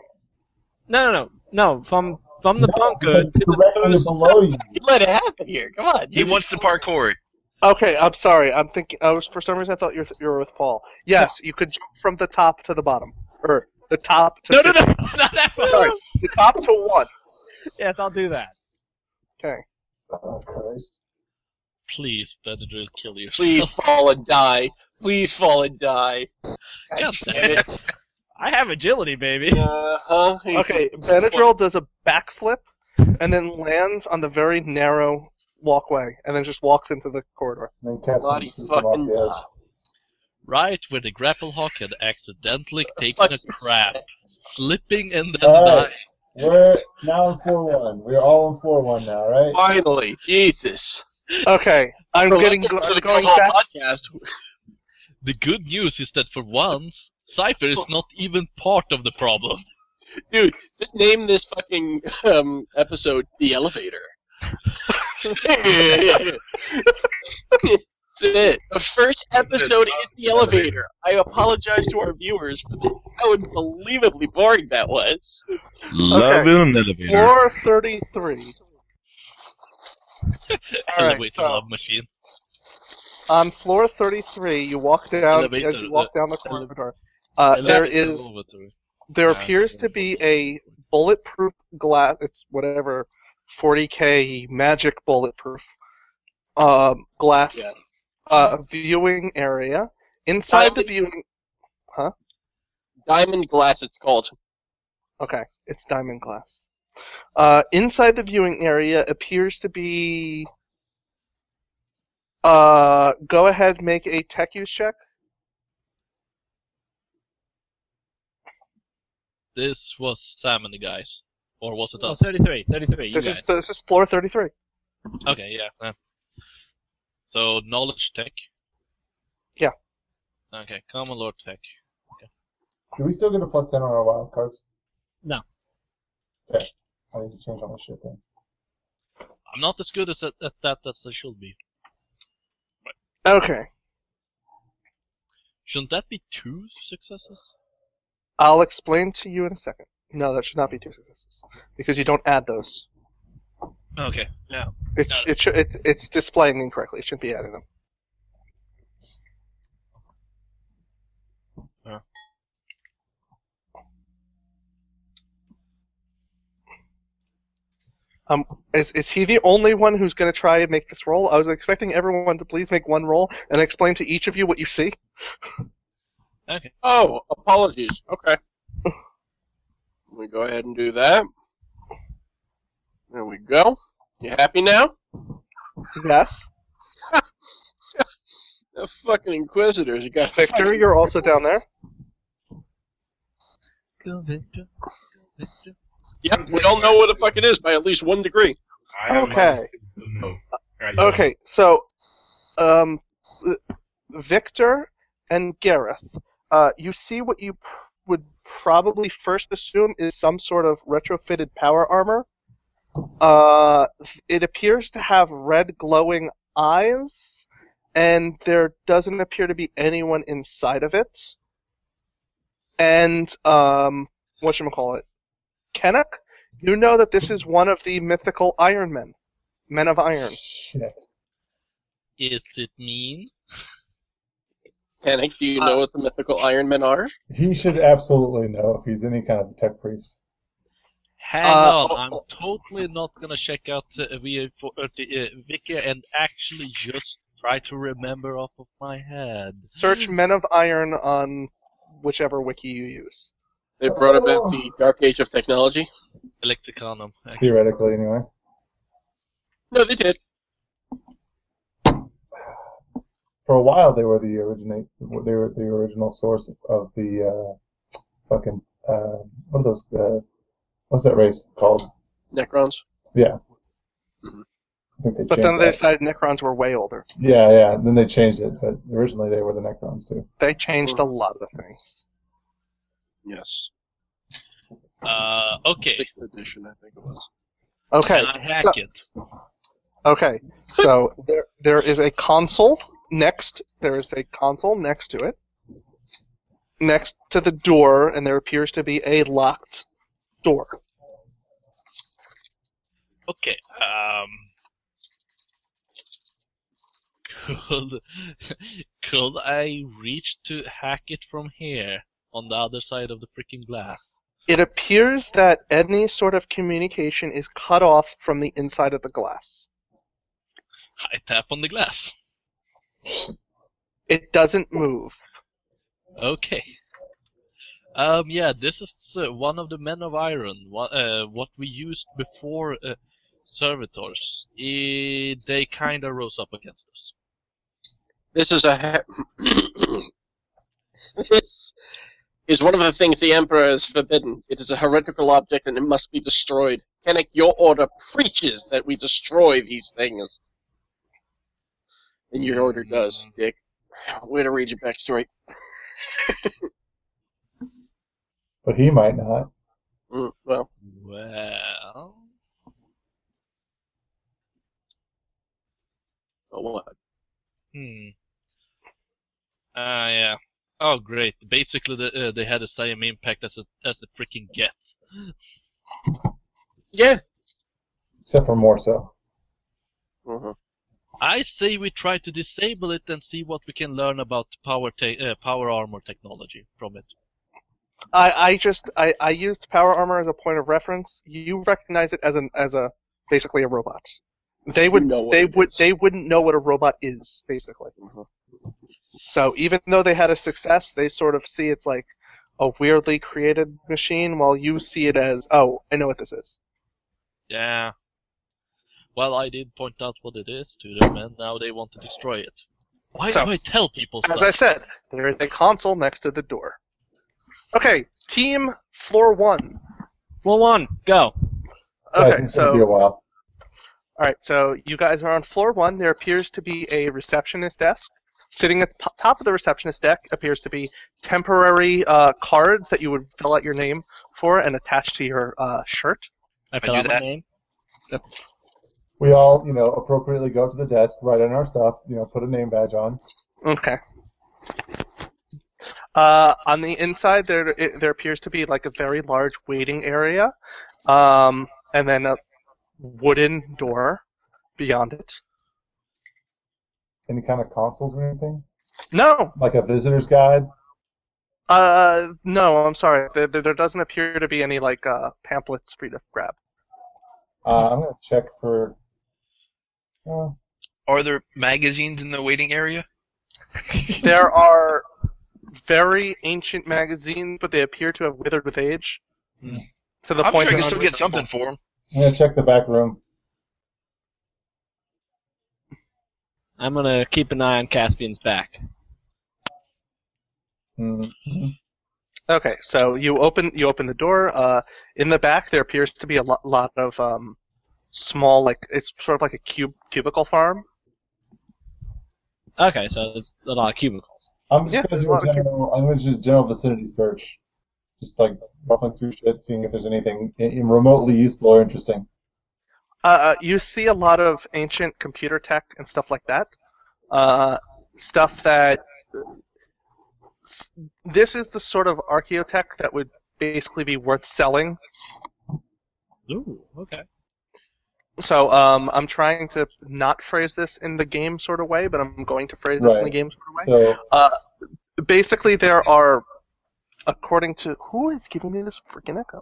Speaker 5: No, no, no, no. From from the bunker to the
Speaker 8: Directly below you.
Speaker 4: Let it happen here. Come on.
Speaker 13: He
Speaker 4: *laughs*
Speaker 13: wants to parkour. it.
Speaker 7: Okay, I'm sorry. I'm thinking. I was for some reason I thought you were, you were with Paul. Yes, you could jump from the top to the bottom, or the top to. No, no,
Speaker 5: no, *laughs* not that far.
Speaker 7: Sorry, the top to one.
Speaker 5: yes, I'll do that.
Speaker 7: Okay.
Speaker 8: Oh Christ.
Speaker 6: Please, Benadryl, kill yourself. *laughs*
Speaker 4: Please fall and die. Please fall and die. God damn it.
Speaker 5: I have agility, baby.
Speaker 4: Uh-huh.
Speaker 7: Okay, Benadryl does a backflip and then lands on the very narrow walkway, and then just walks into the corridor.
Speaker 8: And then Caspian
Speaker 7: Bloody
Speaker 8: scoots him off
Speaker 7: fucking
Speaker 8: the edge.
Speaker 6: Right where the grapple hawk had accidentally taken a crap, slipping and then
Speaker 8: Alright.
Speaker 6: dying.
Speaker 8: We're now in floor one. We're all in floor one now, right?
Speaker 4: Finally, Jesus.
Speaker 7: Okay, I'm
Speaker 4: Well,
Speaker 7: getting
Speaker 4: welcome
Speaker 7: go-
Speaker 4: to the
Speaker 7: going
Speaker 4: Guildhall
Speaker 7: back.
Speaker 4: Podcast.
Speaker 6: The good news is that for once, Cypher is not even part of the problem.
Speaker 4: Dude, just name this fucking um, episode The Elevator. That's it. The first episode is The Elevator. I apologize to our viewers for the, how unbelievably boring that was.
Speaker 14: Love in an elevator.
Speaker 7: Floor 33.
Speaker 6: *laughs*
Speaker 7: All right,
Speaker 6: Elevator love machine.
Speaker 7: on floor 33, you walk down
Speaker 6: Elevator,
Speaker 7: as you walk
Speaker 6: the-
Speaker 7: down the corridor. Uh, there
Speaker 6: Elevator
Speaker 7: is
Speaker 6: elevator.
Speaker 7: there
Speaker 6: Yeah.
Speaker 7: appears to be a bulletproof glass. It's whatever, 40k magic bulletproof um, glass uh, viewing area. Inside the viewing, huh?
Speaker 4: Diamond glass, it's called.
Speaker 7: Okay, it's diamond glass. Uh, inside the viewing area appears to be. Uh, go ahead, make a tech use check.
Speaker 6: This was Sam and the guys. Or was it
Speaker 5: Oh,
Speaker 6: us?
Speaker 5: 33, 33, you
Speaker 7: This
Speaker 6: guys.
Speaker 7: is this is floor 33.
Speaker 6: Okay, yeah. yeah. So, knowledge tech?
Speaker 7: Yeah.
Speaker 6: Okay, common lore tech.
Speaker 8: Do we still get a plus ten on our wild cards?
Speaker 5: No.
Speaker 8: Okay. I need to change all my shit then.
Speaker 6: I'm not as good as at, at that as I should be.
Speaker 7: Okay,
Speaker 6: Shouldn't that be two successes?
Speaker 7: I'll explain to you in a second. No, that should not be two successes because you don't add those.
Speaker 6: Okay, yeah.
Speaker 7: It it should it's it's displaying incorrectly. It shouldn't be adding them. Um, is, is he the only one who's going to try and make this roll? I was expecting everyone to please make one roll and explain to each of you what you see.
Speaker 6: Okay.
Speaker 4: Oh, apologies. Okay. Let me go ahead and do that. There we go. You happy now?
Speaker 7: Yes.
Speaker 4: The fucking Inquisitors. You got
Speaker 7: Victor,
Speaker 4: fucking-
Speaker 7: you're also down there.
Speaker 4: Go Victor. Yep, we all know what the fuck it is by at least one degree.
Speaker 7: Okay.
Speaker 9: No.
Speaker 7: Okay, so, um, uh, Victor and Gareth, uh, you see what you pr- would probably first assume is some sort of retrofitted power armor. Uh, it appears to have red glowing eyes, and there doesn't appear to be anyone inside of it. And um, what call it, Kennock? You know that this is one of the mythical Iron Men, Men of Iron.
Speaker 6: Is it mean?
Speaker 4: Panic, do
Speaker 7: Uh,
Speaker 4: you know what the mythical Iron Men are?
Speaker 8: He should absolutely know if he's any kind of tech priest.
Speaker 6: Hang
Speaker 8: Uh,
Speaker 6: on, I'm totally not gonna check out uh, VA for, uh, the, uh, Wiki and actually just try to remember off of my head.
Speaker 7: Search Men of Iron on whichever wiki you use.
Speaker 4: They brought about the Dark Age of Technology.
Speaker 6: Electricanum.
Speaker 8: Theoretically, anyway.
Speaker 4: No, they did.
Speaker 8: For a while, they were the originate. They were the original source of the uh, fucking uh, what are those? Uh, what's that race called?
Speaker 4: Necrons.
Speaker 8: Yeah. I think they
Speaker 7: But
Speaker 8: changed
Speaker 7: then they
Speaker 8: that.
Speaker 7: decided Necrons were way older.
Speaker 8: Yeah, yeah. and Then they changed it. So originally, they were the Necrons too.
Speaker 7: They changed a lot of things.
Speaker 4: Yes.
Speaker 6: Uh, okay.
Speaker 4: Edition, I think it was.
Speaker 7: Okay.
Speaker 6: Can I hack
Speaker 7: so-
Speaker 6: it?
Speaker 7: Okay. So there, there is a console next. There is a console next to it. Next to the door, and there appears to be a locked door.
Speaker 6: Okay. Um. Could could I reach to hack it from here on the other side of the freaking glass?
Speaker 7: It appears that any sort of communication is cut off from the inside of the glass.
Speaker 6: I tap on the glass.
Speaker 7: It doesn't move.
Speaker 6: Okay. Um, yeah, this is uh, one of the Men of Iron, wha- uh, what we used before uh, Servitors. Eh, they kind of rose up against us.
Speaker 4: This is a. Ha- *coughs* this is one of the things the Emperor has forbidden. It is a heretical object and it must be destroyed. Kennick, your order preaches that we destroy these things. And your order does, Dick. Way to read your backstory.
Speaker 8: But he might not.
Speaker 4: Mm, well,
Speaker 6: Well.
Speaker 4: oh, what?
Speaker 6: Hmm. Ah, yeah. Oh, great. Basically, the, uh, they had the same impact as the, as the freaking Geth.
Speaker 4: Yeah.
Speaker 8: Except for more so.
Speaker 4: Mm-hmm.
Speaker 6: I say we try to disable it and see what we can learn about power te- uh, power armor technology from it.
Speaker 7: I, I just I, I used power armor as a point of reference. You recognize it as an as a basically a robot. They would
Speaker 4: know what
Speaker 7: they
Speaker 4: it
Speaker 7: would they wouldn't know what a robot is basically.
Speaker 8: Mm-hmm.
Speaker 7: So even though they had a success, they sort of see it's like a weirdly created machine, while you see it as oh I know what this is.
Speaker 6: Yeah. Well, I did point out what it is to them, and now they want to destroy it. Why
Speaker 7: So-
Speaker 6: do I tell people
Speaker 7: As
Speaker 6: stuff?
Speaker 7: I said, there is a console next to the door. Okay, team floor one.
Speaker 15: Floor one, go.
Speaker 8: Guys,
Speaker 7: Okay,
Speaker 8: it's
Speaker 7: so
Speaker 8: gonna be a while.
Speaker 7: All right, so you guys are on floor one. There appears to be a receptionist desk. Sitting at the po- top of the receptionist desk appears to be temporary uh, cards that you would fill out your name for and attach to your uh, shirt.
Speaker 5: I
Speaker 7: fill out my
Speaker 5: name.
Speaker 8: We all, you know, appropriately go to the desk, write in our stuff, you know, put a name badge on.
Speaker 7: Okay. Uh, on the inside, there it, there appears to be like a very large waiting area, um, and then a wooden door beyond it.
Speaker 8: Any kind of consoles or anything?
Speaker 7: No,
Speaker 8: Like a visitor's guide?
Speaker 7: Uh, no, I'm sorry. There, there, there doesn't appear to be any like uh, pamphlets for you to grab.
Speaker 8: Uh, I'm gonna check for. Uh,
Speaker 13: Are there magazines in the waiting area?
Speaker 7: there are very ancient magazines, but they appear to have withered with age.
Speaker 8: Hmm.
Speaker 7: To the
Speaker 13: I'm
Speaker 7: point
Speaker 13: sure I
Speaker 7: of
Speaker 13: can still get something for them.
Speaker 8: I'm gonna check the back room.
Speaker 5: I'm gonna keep an eye on Caspian's back.
Speaker 8: Mm-hmm.
Speaker 7: Okay, so you open you open the door. Uh, in the back, there appears to be a lot, lot of um, small, like it's sort of like a cube cubicle farm.
Speaker 5: Okay, so there's a lot of cubicles.
Speaker 8: I'm just
Speaker 5: Yeah, there's
Speaker 8: gonna do
Speaker 5: a
Speaker 8: a
Speaker 5: lot of
Speaker 8: general. I'm gonna just general vicinity search, just like ruffling through shit, seeing if there's anything i- i- remotely useful or interesting.
Speaker 7: Uh, you see a lot of ancient computer tech and stuff like that. Uh, stuff that s- this is the sort of archaeotech that would basically be worth selling.
Speaker 5: Ooh, okay.
Speaker 7: So um, I'm trying to not phrase this in the game sort of way, but I'm going to phrase this in the
Speaker 8: Right.
Speaker 7: game sort of way.
Speaker 8: So
Speaker 7: Uh, basically, there are, according to who is giving me this freaking echo,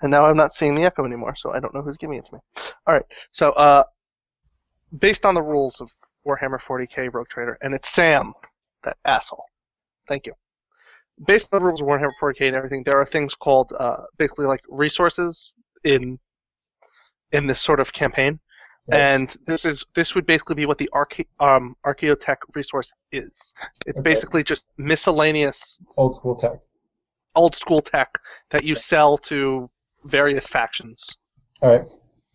Speaker 7: and now I'm not seeing the echo anymore, so I don't know who's giving it to me. All right, so uh, based on the rules of Warhammer 40k Rogue Trader, and it's Sam, that asshole. Thank you. Based on the rules of Warhammer 40k and everything, there are things called uh, basically like resources in in this sort of campaign. And this is this would basically be what the arche- um, archaeotech resource is. It's
Speaker 8: Okay.
Speaker 7: basically just miscellaneous
Speaker 8: old school tech.
Speaker 7: old school tech that you sell to various factions.
Speaker 8: All right,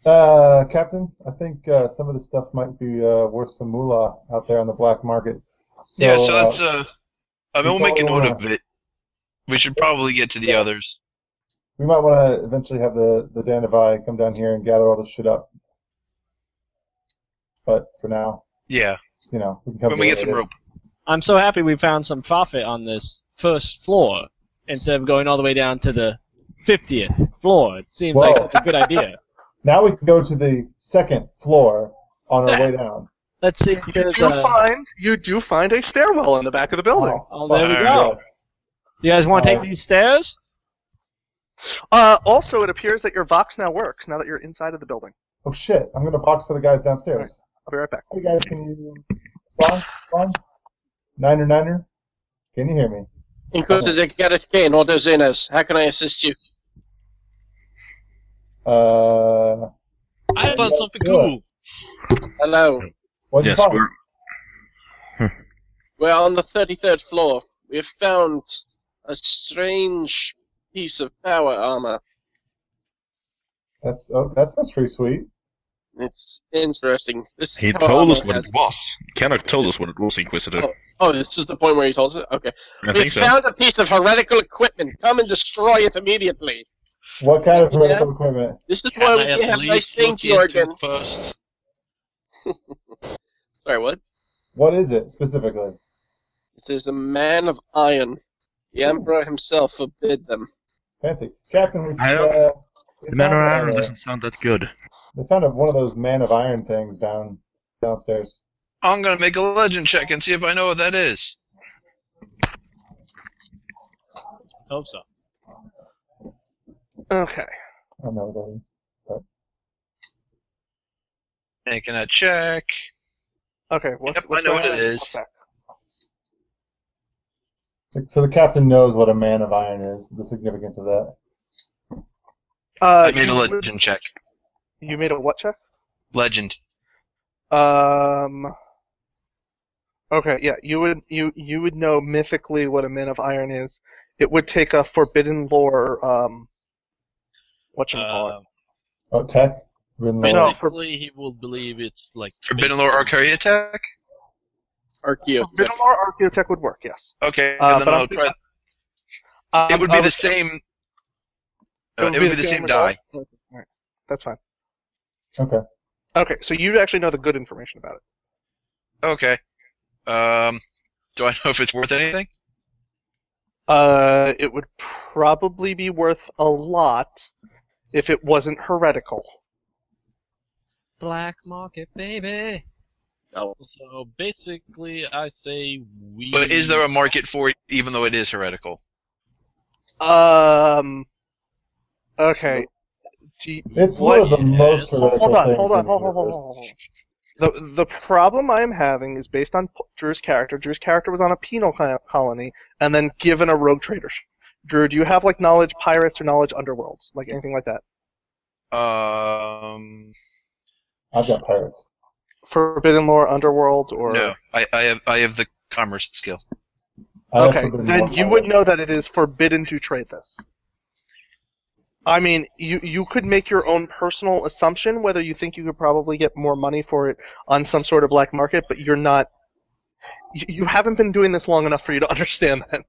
Speaker 8: uh, Captain. I think uh, some of this stuff might be uh, worth some moolah out there on the black market. So,
Speaker 13: yeah, so
Speaker 8: uh,
Speaker 13: that's uh, I mean, we'll make a
Speaker 8: follow
Speaker 13: note
Speaker 8: up.
Speaker 13: of it. We should probably get to the others.
Speaker 8: we might want to eventually have the the Danavai come down here and gather all this shit up. But for now,
Speaker 13: Yeah,
Speaker 8: you know, we can come
Speaker 13: when we
Speaker 8: to it
Speaker 13: get some
Speaker 8: later.
Speaker 13: rope.
Speaker 5: I'm so happy we found some profit on this first floor instead of going all the way down to the 50th floor. It seems like
Speaker 8: Whoa.
Speaker 5: such a good idea.
Speaker 8: Now we can go to the second floor
Speaker 13: *laughs*
Speaker 8: on our way down.
Speaker 5: Let's see.
Speaker 7: *laughs* You do find you do find a stairwell in the back of the building.
Speaker 5: uh, Oh, there we go. You guys want to take these stairs?
Speaker 7: Uh, also, it appears that your Vox now works now that you're inside of the building.
Speaker 8: Oh shit! I'm gonna box for the guys downstairs.
Speaker 7: I'll be right back.
Speaker 8: Hey guys, can you spawn? Spawn? Niner, niner. Can you hear me?
Speaker 4: Incluso de Garatkin, all those in us. How can I assist you?
Speaker 8: Uh,
Speaker 4: I
Speaker 8: found something cool.
Speaker 4: Hello.
Speaker 8: what
Speaker 4: Yes, we're- We're on the 33rd floor. We've found a strange piece of power armor.
Speaker 8: That's oh, that's that's pretty sweet.
Speaker 4: It's interesting. This
Speaker 14: He
Speaker 4: power
Speaker 14: told
Speaker 4: armor
Speaker 14: us what it
Speaker 4: has-
Speaker 14: was. Canuck told us what it was, Inquisitor.
Speaker 4: Oh, this is the point where he told us. Okay.
Speaker 14: I
Speaker 4: we
Speaker 14: think so.
Speaker 4: found a piece of heretical equipment. Come and destroy it immediately.
Speaker 8: What kind of medical equipment?
Speaker 4: This is
Speaker 8: Can
Speaker 4: why
Speaker 8: I
Speaker 4: we
Speaker 8: at
Speaker 4: can't have
Speaker 8: least
Speaker 4: nice things,
Speaker 8: look into
Speaker 4: Jorgen.
Speaker 8: it
Speaker 13: First.
Speaker 4: Sorry, what?
Speaker 8: What is it specifically?
Speaker 4: It is a man of iron. The emperor himself forbid them.
Speaker 8: Fancy, Captain. We,
Speaker 14: I don't-
Speaker 8: uh, we
Speaker 14: The Man of
Speaker 8: found,
Speaker 14: Iron
Speaker 8: uh,
Speaker 14: doesn't sound that good.
Speaker 8: They found a, one of those man of iron things down downstairs.
Speaker 13: I'm gonna make a legend check and see if I know what that is.
Speaker 5: Let's hope so.
Speaker 7: Okay.
Speaker 8: I don't know what that is.
Speaker 13: Making a check.
Speaker 7: Okay. What's,
Speaker 13: Yep, I
Speaker 7: what's
Speaker 13: know
Speaker 7: going
Speaker 13: what
Speaker 7: on?
Speaker 13: it is.
Speaker 8: So the captain knows what a man of iron is, the significance of that.
Speaker 7: Uh,
Speaker 13: I made a
Speaker 7: you-
Speaker 13: legend check.
Speaker 7: You made a what check?
Speaker 13: Legend.
Speaker 7: Um. Okay, yeah, you would you you would know mythically what a man of iron is. It would take a forbidden lore. Um, what
Speaker 6: Uh,
Speaker 7: you call it?
Speaker 8: Oh, tech? Written
Speaker 13: Uh,
Speaker 8: the-
Speaker 7: No, Oh, for-
Speaker 6: Probably he will believe it's like
Speaker 13: Forbidden Lore Arcaria attack?
Speaker 4: Archaeo.
Speaker 7: Forbidden lore archaeotech would work, yes.
Speaker 13: Okay,
Speaker 7: Uh,
Speaker 13: and
Speaker 7: but
Speaker 13: then
Speaker 7: I'm
Speaker 13: I'll try.
Speaker 7: Um,
Speaker 13: it would be
Speaker 7: I
Speaker 13: the
Speaker 7: was-
Speaker 13: same. uh, it would be the same die.
Speaker 7: result? Alright, that's fine.
Speaker 8: Okay.
Speaker 7: Okay, so you actually know the good information about it.
Speaker 13: Okay. Um, do I *laughs* know if it's worth anything?
Speaker 7: Uh, it would probably be worth a lot if it wasn't heretical.
Speaker 5: Black market, baby.
Speaker 6: So basically, I say we.
Speaker 13: But is there a market for it, even though it is heretical?
Speaker 7: Um. Okay. do you-
Speaker 8: It's
Speaker 7: what-
Speaker 8: one of the most heretical
Speaker 7: Hold on,
Speaker 8: things
Speaker 7: hold on,
Speaker 8: in
Speaker 7: hold on, hold on, hold on. The the problem I'm having is based on P- Drew's character. Drew's character was on a penal co- colony and then given a rogue trader. Drew, do you have like knowledge pirates or knowledge underworlds, like anything like that?
Speaker 13: Um,
Speaker 8: I've got pirates.
Speaker 7: Forbidden lore, underworld, or
Speaker 13: no, I, I have I have the commerce skill.
Speaker 7: Okay, then you would know that it is forbidden to trade this. I mean, you you could make your own personal assumption whether you think you could probably get more money for it on some sort of black market, but you're not. You, you haven't been doing this long enough for you to *laughs* understand that.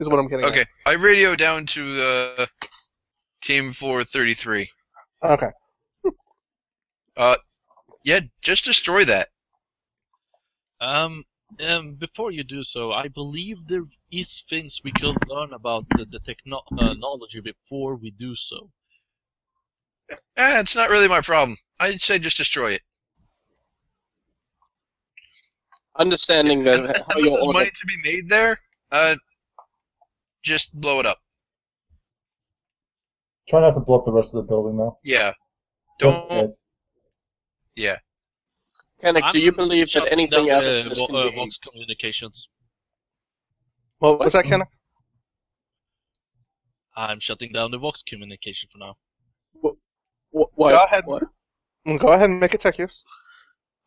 Speaker 7: Is what I'm getting.
Speaker 13: Okay, I radio down to uh, team four thirty three.
Speaker 7: At. Okay.
Speaker 13: Uh, yeah, just destroy that.
Speaker 6: Um, um, before you do so, I believe there is things we could learn about the, the techno- uh, technology before we do so.
Speaker 13: Eh, it's not really my problem. I'd say just destroy it.
Speaker 4: Understanding that how
Speaker 13: Unless
Speaker 4: you
Speaker 5: *laughs*
Speaker 13: there's
Speaker 4: order
Speaker 13: money to be made there, uh, just blow it up.
Speaker 8: Try not to blow up the rest of the building though.
Speaker 13: Yeah.
Speaker 8: Don't.
Speaker 13: Yeah.
Speaker 4: Kenneth, do you believe that
Speaker 6: shutting
Speaker 4: anything
Speaker 6: down,
Speaker 4: after this
Speaker 6: uh,
Speaker 4: can
Speaker 6: vo- uh,
Speaker 4: be-
Speaker 6: Vox communications?
Speaker 7: What was that, Ken?
Speaker 6: I'm shutting down the Vox communication for now.
Speaker 7: Go ahead. Mm, Go ahead and make a tech use.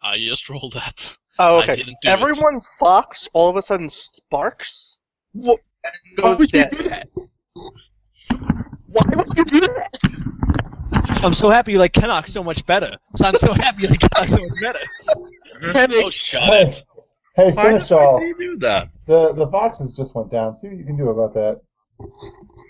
Speaker 6: I
Speaker 13: *laughs*
Speaker 6: just rolled that.
Speaker 7: Oh,
Speaker 6: I
Speaker 7: okay.
Speaker 6: didn't do it.
Speaker 7: Everyone's fox all of a sudden sparks. What? Why would you do that? Why would you do that?
Speaker 5: I'm so happy you like Kenok so much better. So I'm so happy you like Kenok so much better.
Speaker 13: Oh,
Speaker 4: Kenok,
Speaker 6: shut
Speaker 8: it. Hey,
Speaker 4: Why did-
Speaker 8: Seneschal.
Speaker 4: why did
Speaker 13: you do that?
Speaker 8: The the boxes just went down. See what you can do about that.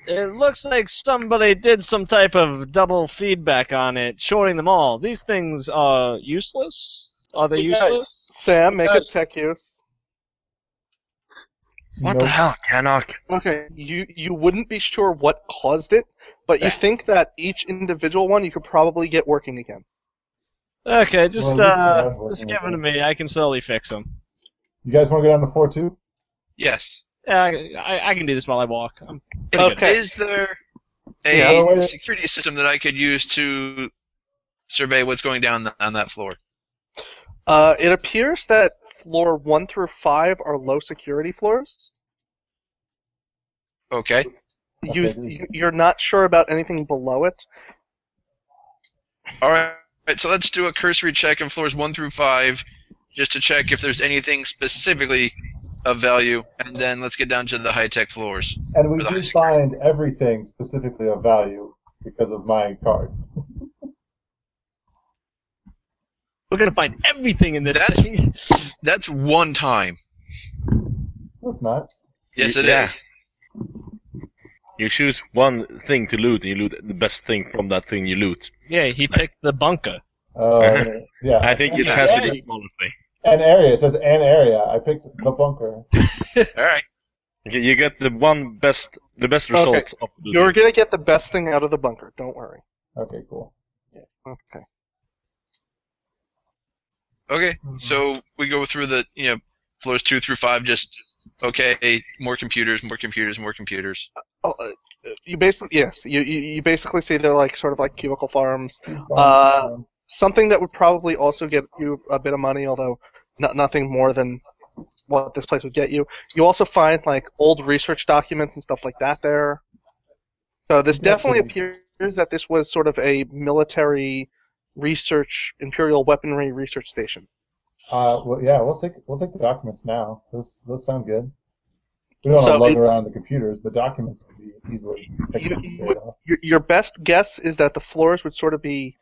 Speaker 5: It looks like somebody did some type of double feedback on it, shorting them all. These things are useless. Are they
Speaker 7: You guys-
Speaker 5: useless?
Speaker 7: Sam, make a tech use.
Speaker 8: What the
Speaker 13: hell, Kenok?
Speaker 7: Okay, you you wouldn't be sure what caused it, but you think that each individual one you could probably get working again.
Speaker 5: Okay, just
Speaker 8: Well,
Speaker 5: uh,
Speaker 8: yeah,
Speaker 5: just give them to me. I can slowly fix them.
Speaker 8: You guys want to go down to four two?
Speaker 13: Yes.
Speaker 5: Yeah, I, I, I can do this while I walk. I'm pretty
Speaker 13: Okay.
Speaker 5: okay.
Speaker 13: Is there
Speaker 8: Yeah,
Speaker 13: a
Speaker 8: otherwise-
Speaker 13: security system that I could use to survey what's going down th- on that floor?
Speaker 7: Uh, it appears that floor one through five are low security floors.
Speaker 13: Okay.
Speaker 7: You you- you're not sure about anything below it.
Speaker 13: All right. So let's do a cursory check of floors one through five, just to check if there's anything specifically of value, and then let's get down to the high tech floors.
Speaker 8: And we
Speaker 13: Or the
Speaker 8: do find everything specifically of value because of my card.
Speaker 5: We're gonna find everything in this thing.
Speaker 13: That's one time.
Speaker 8: No, it's
Speaker 7: *laughs*
Speaker 8: not.
Speaker 13: Yes,
Speaker 14: Y-
Speaker 13: it is.
Speaker 14: yeah. You choose one thing to loot, and you loot the best thing from that thing you loot.
Speaker 5: Yeah, he picked the bunker.
Speaker 8: Uh, yeah.
Speaker 14: I think it has to be a smaller thing.
Speaker 8: An area. It says an area. I picked the bunker.
Speaker 13: All right.
Speaker 14: Okay, you get the one best, the best result
Speaker 7: Okay.
Speaker 14: of
Speaker 6: Mm-hmm.
Speaker 14: the
Speaker 7: You're gonna get the best thing out of the bunker. Don't worry.
Speaker 8: Okay, cool.
Speaker 7: Okay.
Speaker 13: Okay, so we go through the you know floors two through five. Just okay, more computers, more computers, more computers.
Speaker 7: Oh, uh, you basically yes, you, you you basically see they're like sort of like cubicle farms. Uh, something that would probably also get you a bit of money, although not nothing more than what this place would get you. You also find like old research documents and stuff like that there. So this definitely appears that this was sort of a military research imperial weaponry research station.
Speaker 8: Uh, well, yeah, we'll take we'll take the documents now. Those those sound good. We don't
Speaker 7: So
Speaker 8: want
Speaker 7: it-
Speaker 8: to lug around the computers, but documents can be easily picked up. and carried off.
Speaker 7: Your, your best guess is that the floors would sort of be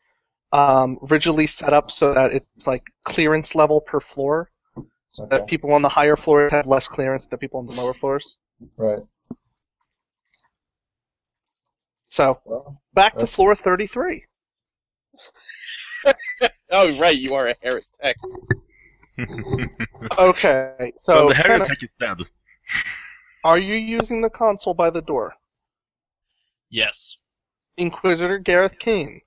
Speaker 7: um, rigidly set up so that it's like clearance level per floor, so that people on the higher floors have less clearance than people on the lower floors.
Speaker 8: Right.
Speaker 7: So back to floor 33.
Speaker 4: *laughs* Oh, right, you are a
Speaker 14: *laughs*
Speaker 4: heretic.
Speaker 7: Okay,
Speaker 14: Well,
Speaker 7: so
Speaker 14: the
Speaker 7: Kenna,
Speaker 14: heretic is dead.
Speaker 7: are you using the console by the door?
Speaker 6: Yes.
Speaker 7: Inquisitor Gareth Kane.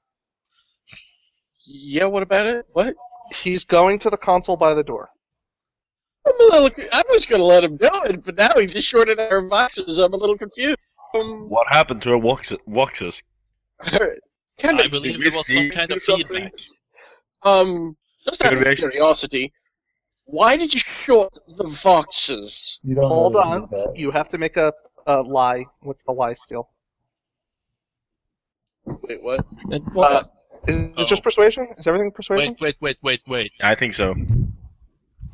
Speaker 4: Yeah, what about it? What?
Speaker 7: He's going to the console by the door.
Speaker 4: I'm a little. I was gonna let him do it, but now he just shorted our boxes. I'm a little confused. Um,
Speaker 14: What happened to our boxes? boxes?
Speaker 4: Kind
Speaker 6: I
Speaker 4: of-
Speaker 6: believe
Speaker 4: Did we
Speaker 6: there was some
Speaker 4: see
Speaker 6: kind of
Speaker 4: something?
Speaker 6: feedback.
Speaker 4: Um, just out
Speaker 6: Could
Speaker 4: of
Speaker 6: we actually-
Speaker 4: curiosity, why did you short the boxes?
Speaker 7: Hold on. You have to make a, a lie. What's the lie steal?
Speaker 4: Wait, what?
Speaker 7: Uh, is
Speaker 14: Oh.
Speaker 7: it just persuasion? Is everything persuasion?
Speaker 6: Wait, wait, wait, wait, wait.
Speaker 14: I think so.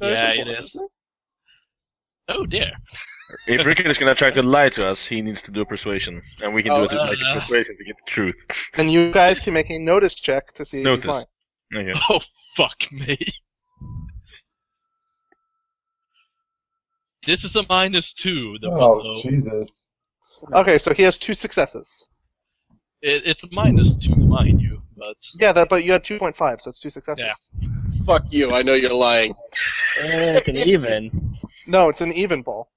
Speaker 6: Yeah, it is. Oh dear.
Speaker 14: If Rickard is gonna try to lie to us, he needs to do persuasion, and we can do
Speaker 7: Oh,
Speaker 14: it
Speaker 7: uh,
Speaker 14: like a
Speaker 7: no.
Speaker 14: persuasion to get the truth.
Speaker 7: And you guys can make a notice check to see if
Speaker 14: Notice.
Speaker 7: you find.
Speaker 14: Okay.
Speaker 6: *laughs* Oh fuck me. This is a minus two.
Speaker 3: Oh,
Speaker 6: The buffalo.
Speaker 8: Jesus.
Speaker 7: Okay, so he has two successes.
Speaker 6: It, it's a minus two, mind you, but
Speaker 7: Yeah, that. But you had two point five, so it's two successes.
Speaker 4: Fuck you! I know you're lying.
Speaker 5: Eh,
Speaker 7: it's an even. No, it's an even ball.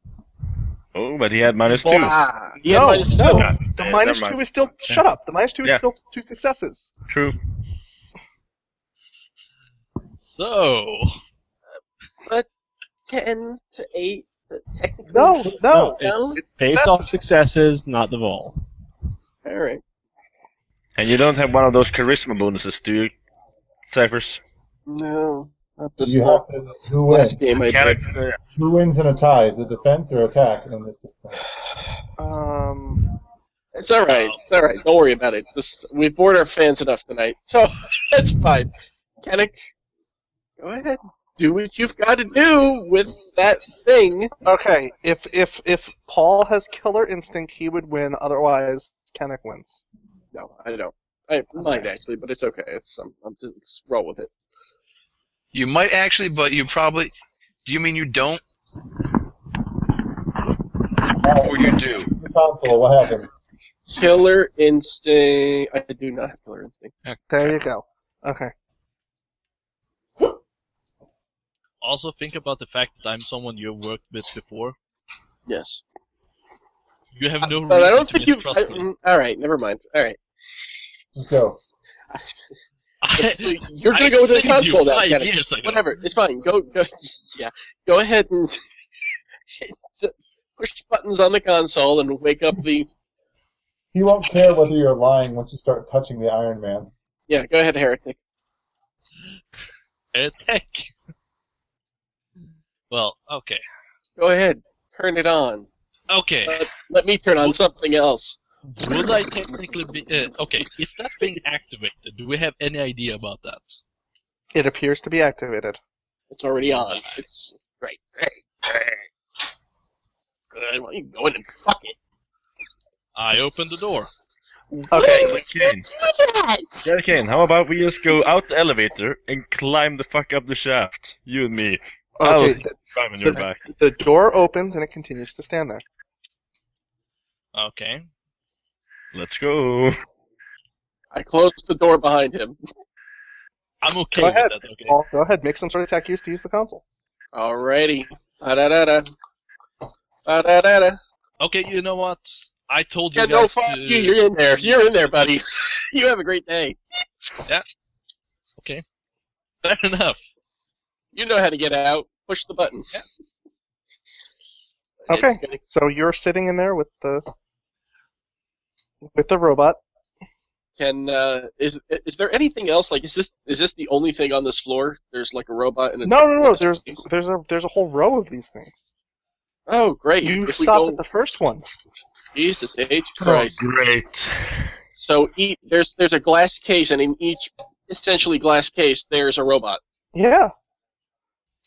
Speaker 14: Oh, but he had minus two.
Speaker 7: Wow.
Speaker 14: Yeah,
Speaker 7: no,
Speaker 14: minus two.
Speaker 7: no.
Speaker 14: Yeah,
Speaker 7: The
Speaker 14: yeah,
Speaker 7: minus
Speaker 14: never
Speaker 7: two
Speaker 14: mind.
Speaker 7: is still
Speaker 14: Yeah.
Speaker 7: shut up. The minus two is
Speaker 14: Yeah.
Speaker 7: still two successes.
Speaker 14: True.
Speaker 6: so.
Speaker 4: But ten to eight. Technically,
Speaker 7: No, no.
Speaker 4: it's,
Speaker 5: Based off successes, not the roll.
Speaker 4: all right.
Speaker 14: And you don't have one of those charisma bonuses, do you, Cyphers?
Speaker 4: No, not this
Speaker 8: You
Speaker 4: long.
Speaker 8: have to, who wins?
Speaker 4: game I
Speaker 14: Character.
Speaker 8: Who wins in a tie? Is it defense or attack in this discussion?
Speaker 7: Um,
Speaker 4: it's all right. It's all right. Don't worry about it. This, we bored our fans enough tonight, *laughs* so that's fine. Kennick, go ahead. Do what you've got to do with that thing.
Speaker 7: Okay, if if if Paul has killer instinct, he would win. Otherwise, Kennick wins.
Speaker 4: No, I don't. I might actually, but it's okay. It's um, I'm just let's roll with it.
Speaker 13: You might actually, but you probably. Do you mean you don't? Or you do?
Speaker 8: The console, what happened?
Speaker 4: Killer instinct. I do not have killer instinct.
Speaker 7: There you go. Okay.
Speaker 6: Also think about the fact that I'm someone you've worked with before.
Speaker 4: Yes.
Speaker 6: You have no
Speaker 4: But I
Speaker 6: reason
Speaker 4: don't
Speaker 6: to
Speaker 4: think you.
Speaker 6: mistrust me.
Speaker 4: all right, never mind. All
Speaker 6: *laughs*
Speaker 4: right.
Speaker 8: Just go.
Speaker 4: So you're
Speaker 6: I
Speaker 4: gonna go to the
Speaker 6: saved you
Speaker 4: console now,
Speaker 6: five
Speaker 4: Kenneth.
Speaker 6: years ago.
Speaker 4: Whatever, it's fine. Go, go, *laughs* yeah. Go ahead and *laughs* push buttons on the console and wake up the.
Speaker 8: He won't care whether you're lying once you start touching the Iron Man.
Speaker 4: Yeah, go ahead, heretic.
Speaker 6: Attack. Well, okay.
Speaker 4: Go ahead, turn it on.
Speaker 6: Okay.
Speaker 4: Let, let me turn on something else.
Speaker 6: Would I technically be uh, okay? Is that being activated? Do we have any idea about that?
Speaker 7: It appears to be activated.
Speaker 4: It's already on. It's great. Great. great. Good. Why don't you go in and fuck it?
Speaker 6: I open the door.
Speaker 14: Okay. Kane. Yeah, Kane, how about we just go out the elevator and climb the fuck up the shaft? You and me. I'll
Speaker 7: th-
Speaker 14: climb on
Speaker 7: the,
Speaker 14: your back.
Speaker 7: the door opens and it continues to stand there.
Speaker 6: Okay.
Speaker 14: Let's go.
Speaker 4: I closed the door behind him.
Speaker 6: I'm okay
Speaker 7: go
Speaker 4: with
Speaker 7: ahead.
Speaker 4: that, okay.
Speaker 7: Paul, go ahead. Make some sort of attack use to use the console.
Speaker 4: Alrighty. Da da da da. Da da da da.
Speaker 6: Okay, you know what? I told you
Speaker 4: Yeah, no,
Speaker 6: guys
Speaker 4: fuck
Speaker 6: to-
Speaker 4: you. You're in there. You're in there, buddy. *laughs* you have a great day.
Speaker 6: Yeah. Okay. *laughs* Fair enough.
Speaker 4: You know how to get out. Push the button.
Speaker 7: Okay. So you're sitting in there with the with the robot.
Speaker 4: Can uh, is is there anything else? Like, is this is this the only thing on this floor? There's like a robot and a
Speaker 7: No, no, no. There's there's a there's a whole row of these things.
Speaker 4: Oh, great!
Speaker 7: You
Speaker 4: If we
Speaker 7: stopped
Speaker 4: go-
Speaker 7: at the first one.
Speaker 4: Jesus H Christ.
Speaker 14: great.
Speaker 4: So eat there's there's a glass case, and in each essentially glass case, there's a robot.
Speaker 7: Yeah.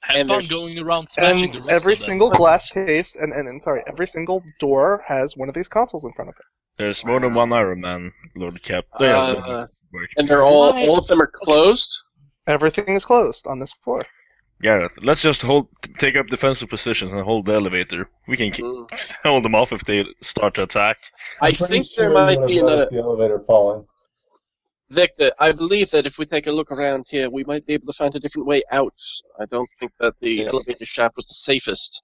Speaker 6: Have
Speaker 4: And
Speaker 6: fun
Speaker 4: there's-
Speaker 6: going around smashing
Speaker 7: And
Speaker 6: the rest
Speaker 7: every
Speaker 6: of them.
Speaker 7: single glass case and, and and sorry, every single door has one of these consoles in front of it.
Speaker 14: There's more than one Iron Man, Lord Cap.
Speaker 4: Uh, and they're all all of them are closed.
Speaker 7: Everything is closed on this floor.
Speaker 14: Gareth, let's just hold, t- take up defensive positions and hold the elevator. We can ki- *laughs* hold them off if they start to attack.
Speaker 4: Mm. I
Speaker 8: Pretty
Speaker 4: think
Speaker 8: sure
Speaker 4: there
Speaker 8: you
Speaker 4: might
Speaker 8: would've
Speaker 4: be
Speaker 8: noticed
Speaker 4: another
Speaker 8: The elevator falling.
Speaker 4: Victor. I believe that if we take a look around here, we might be able to find a different way out. I don't think that the elevator shaft was the safest.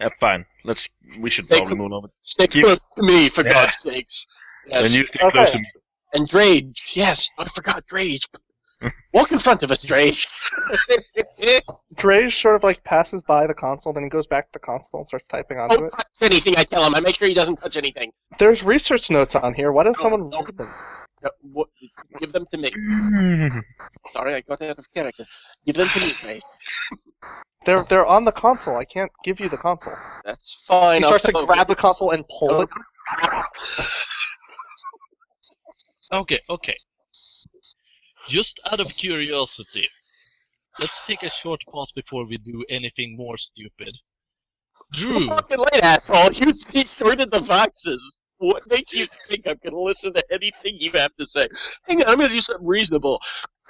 Speaker 14: Yeah, fine. Let's. We should
Speaker 4: Stay
Speaker 14: probably
Speaker 4: cl-
Speaker 14: move on.
Speaker 4: Stay
Speaker 14: Keep-
Speaker 4: close to me, for
Speaker 14: Yeah.
Speaker 4: God's sakes. Yes.
Speaker 14: And you stay close to me.
Speaker 4: And Drage, yes, I
Speaker 14: *laughs*
Speaker 4: forgot Drage. Walk in front of us,
Speaker 7: *laughs*
Speaker 4: Drage.
Speaker 7: Drage sort of like passes by the console, then he goes back to the console and starts typing onto
Speaker 4: Don't
Speaker 7: it.
Speaker 4: touch anything I tell him. I make sure he doesn't touch anything.
Speaker 7: There's research notes on here. Why does someone?
Speaker 16: Uh, what- give them
Speaker 14: *laughs*
Speaker 16: to me. Sorry, I got out of character. Give them to me, mate.
Speaker 7: They're they're on the console. I can't give you the console.
Speaker 16: That's fine.
Speaker 7: He
Speaker 16: I'll
Speaker 7: starts to
Speaker 16: tell him.
Speaker 7: grab the console and
Speaker 4: Oh,
Speaker 7: pull it.
Speaker 6: Okay, okay. Just out of curiosity, let's take a short pause before we do anything more stupid.
Speaker 16: *laughs*
Speaker 6: Drew,
Speaker 16: Fucking late, asshole. You *laughs* see through the boxes. What makes you think I'm gonna listen to anything you have to say? Hang on, I'm gonna do something reasonable.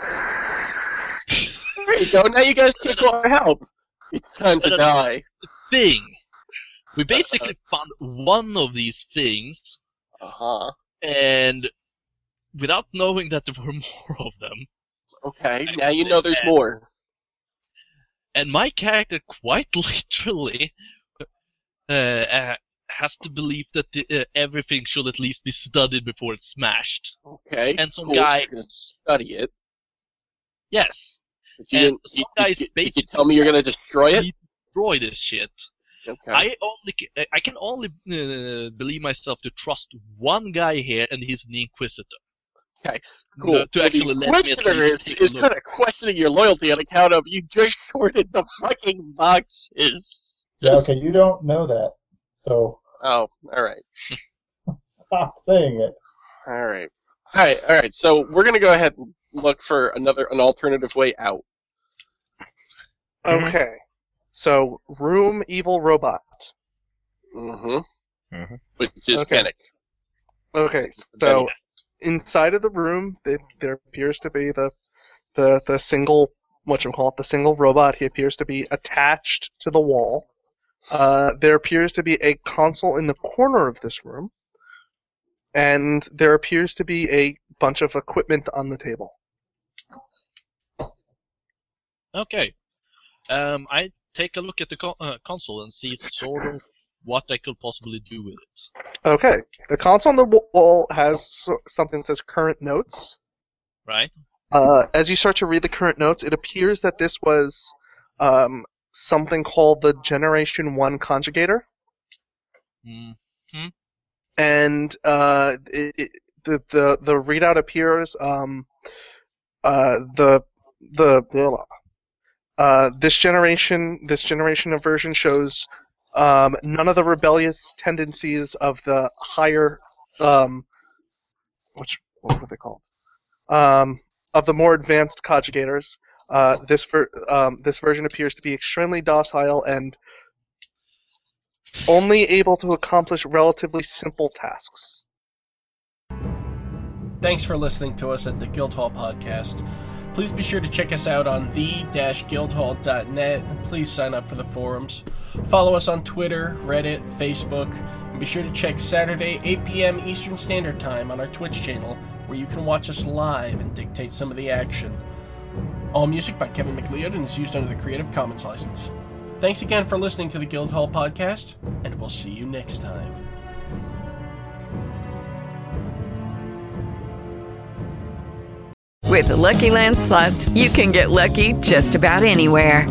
Speaker 16: There you go. Now you guys can't call for help. It's time to
Speaker 6: But, uh,
Speaker 16: die.
Speaker 6: thing. We basically found one of these things,
Speaker 16: uh-huh.
Speaker 6: and without knowing that there were *laughs* more of them.
Speaker 16: Okay, now you know there's more.
Speaker 6: And my character quite *laughs* literally uh, uh, has to believe that the, uh, everything should at least be studied before it's smashed.
Speaker 16: Okay.
Speaker 6: And some
Speaker 16: cool, so
Speaker 6: guy-
Speaker 16: you're gonna study it.
Speaker 6: Yes.
Speaker 16: But you
Speaker 6: and
Speaker 16: didn't. You, you, you, you could tell me you're gonna destroy it.
Speaker 6: Destroy this shit.
Speaker 16: Okay.
Speaker 6: I only ca- I can only uh, believe myself to trust one guy here, and he's the Inquisitor.
Speaker 16: Okay,
Speaker 6: No,
Speaker 16: cool.
Speaker 6: to
Speaker 16: So
Speaker 6: actually
Speaker 16: the
Speaker 6: let me at
Speaker 16: questioner
Speaker 6: least
Speaker 16: is,
Speaker 6: take a
Speaker 16: is
Speaker 6: look.
Speaker 16: kind of questioning your loyalty on account of you just sorted the fucking boxes.
Speaker 8: Yeah, okay, you don't know that, so
Speaker 16: Oh, all right,
Speaker 8: *laughs* stop saying it.
Speaker 16: all right, all right, all right. So we're gonna go ahead and look for another an alternative way out.
Speaker 7: Okay. So room evil robot.
Speaker 16: Mm-hmm. Which is
Speaker 7: Okay.
Speaker 16: panic.
Speaker 7: Okay. So inside of the room, it, there appears to be the the the single what you call it the single robot. He appears to be attached to the wall. Uh, there appears to be a console in the corner of this room, and there appears to be a bunch of equipment on the table.
Speaker 6: Okay. Um, I take a look at the co- uh, console and see sort of what I could possibly do with it.
Speaker 7: Okay. The console on the wall has so- something that says current notes.
Speaker 6: Right.
Speaker 7: Uh, as you start to read the current notes, it appears that this was um, something called the Generation 1 conjugator.
Speaker 6: Mm-hmm.
Speaker 7: And uh, it, it, the, the, the readout appears um, uh, the, the, the uh, this generation this generation of version shows um, none of the rebellious tendencies of the higher um, which what were they called um, of the more advanced conjugators. Uh, this ver- um, this version appears to be extremely docile and only able to accomplish relatively simple tasks.
Speaker 4: Thanks for listening to us at the Guildhall Podcast. Please be sure to check us out on the-guildhall.net and please sign up for the forums. Follow us on Twitter, Reddit, Facebook, and be sure to check Saturday, 8 p.m. Eastern Standard Time on our Twitch channel where you can watch us live and dictate some of the action. All music by Kevin McLeod and is used under the Creative Commons license. Thanks again for listening to the Guildhall Podcast, and we'll see you next time.
Speaker 17: With the Lucky Land slots, you can get lucky just about anywhere.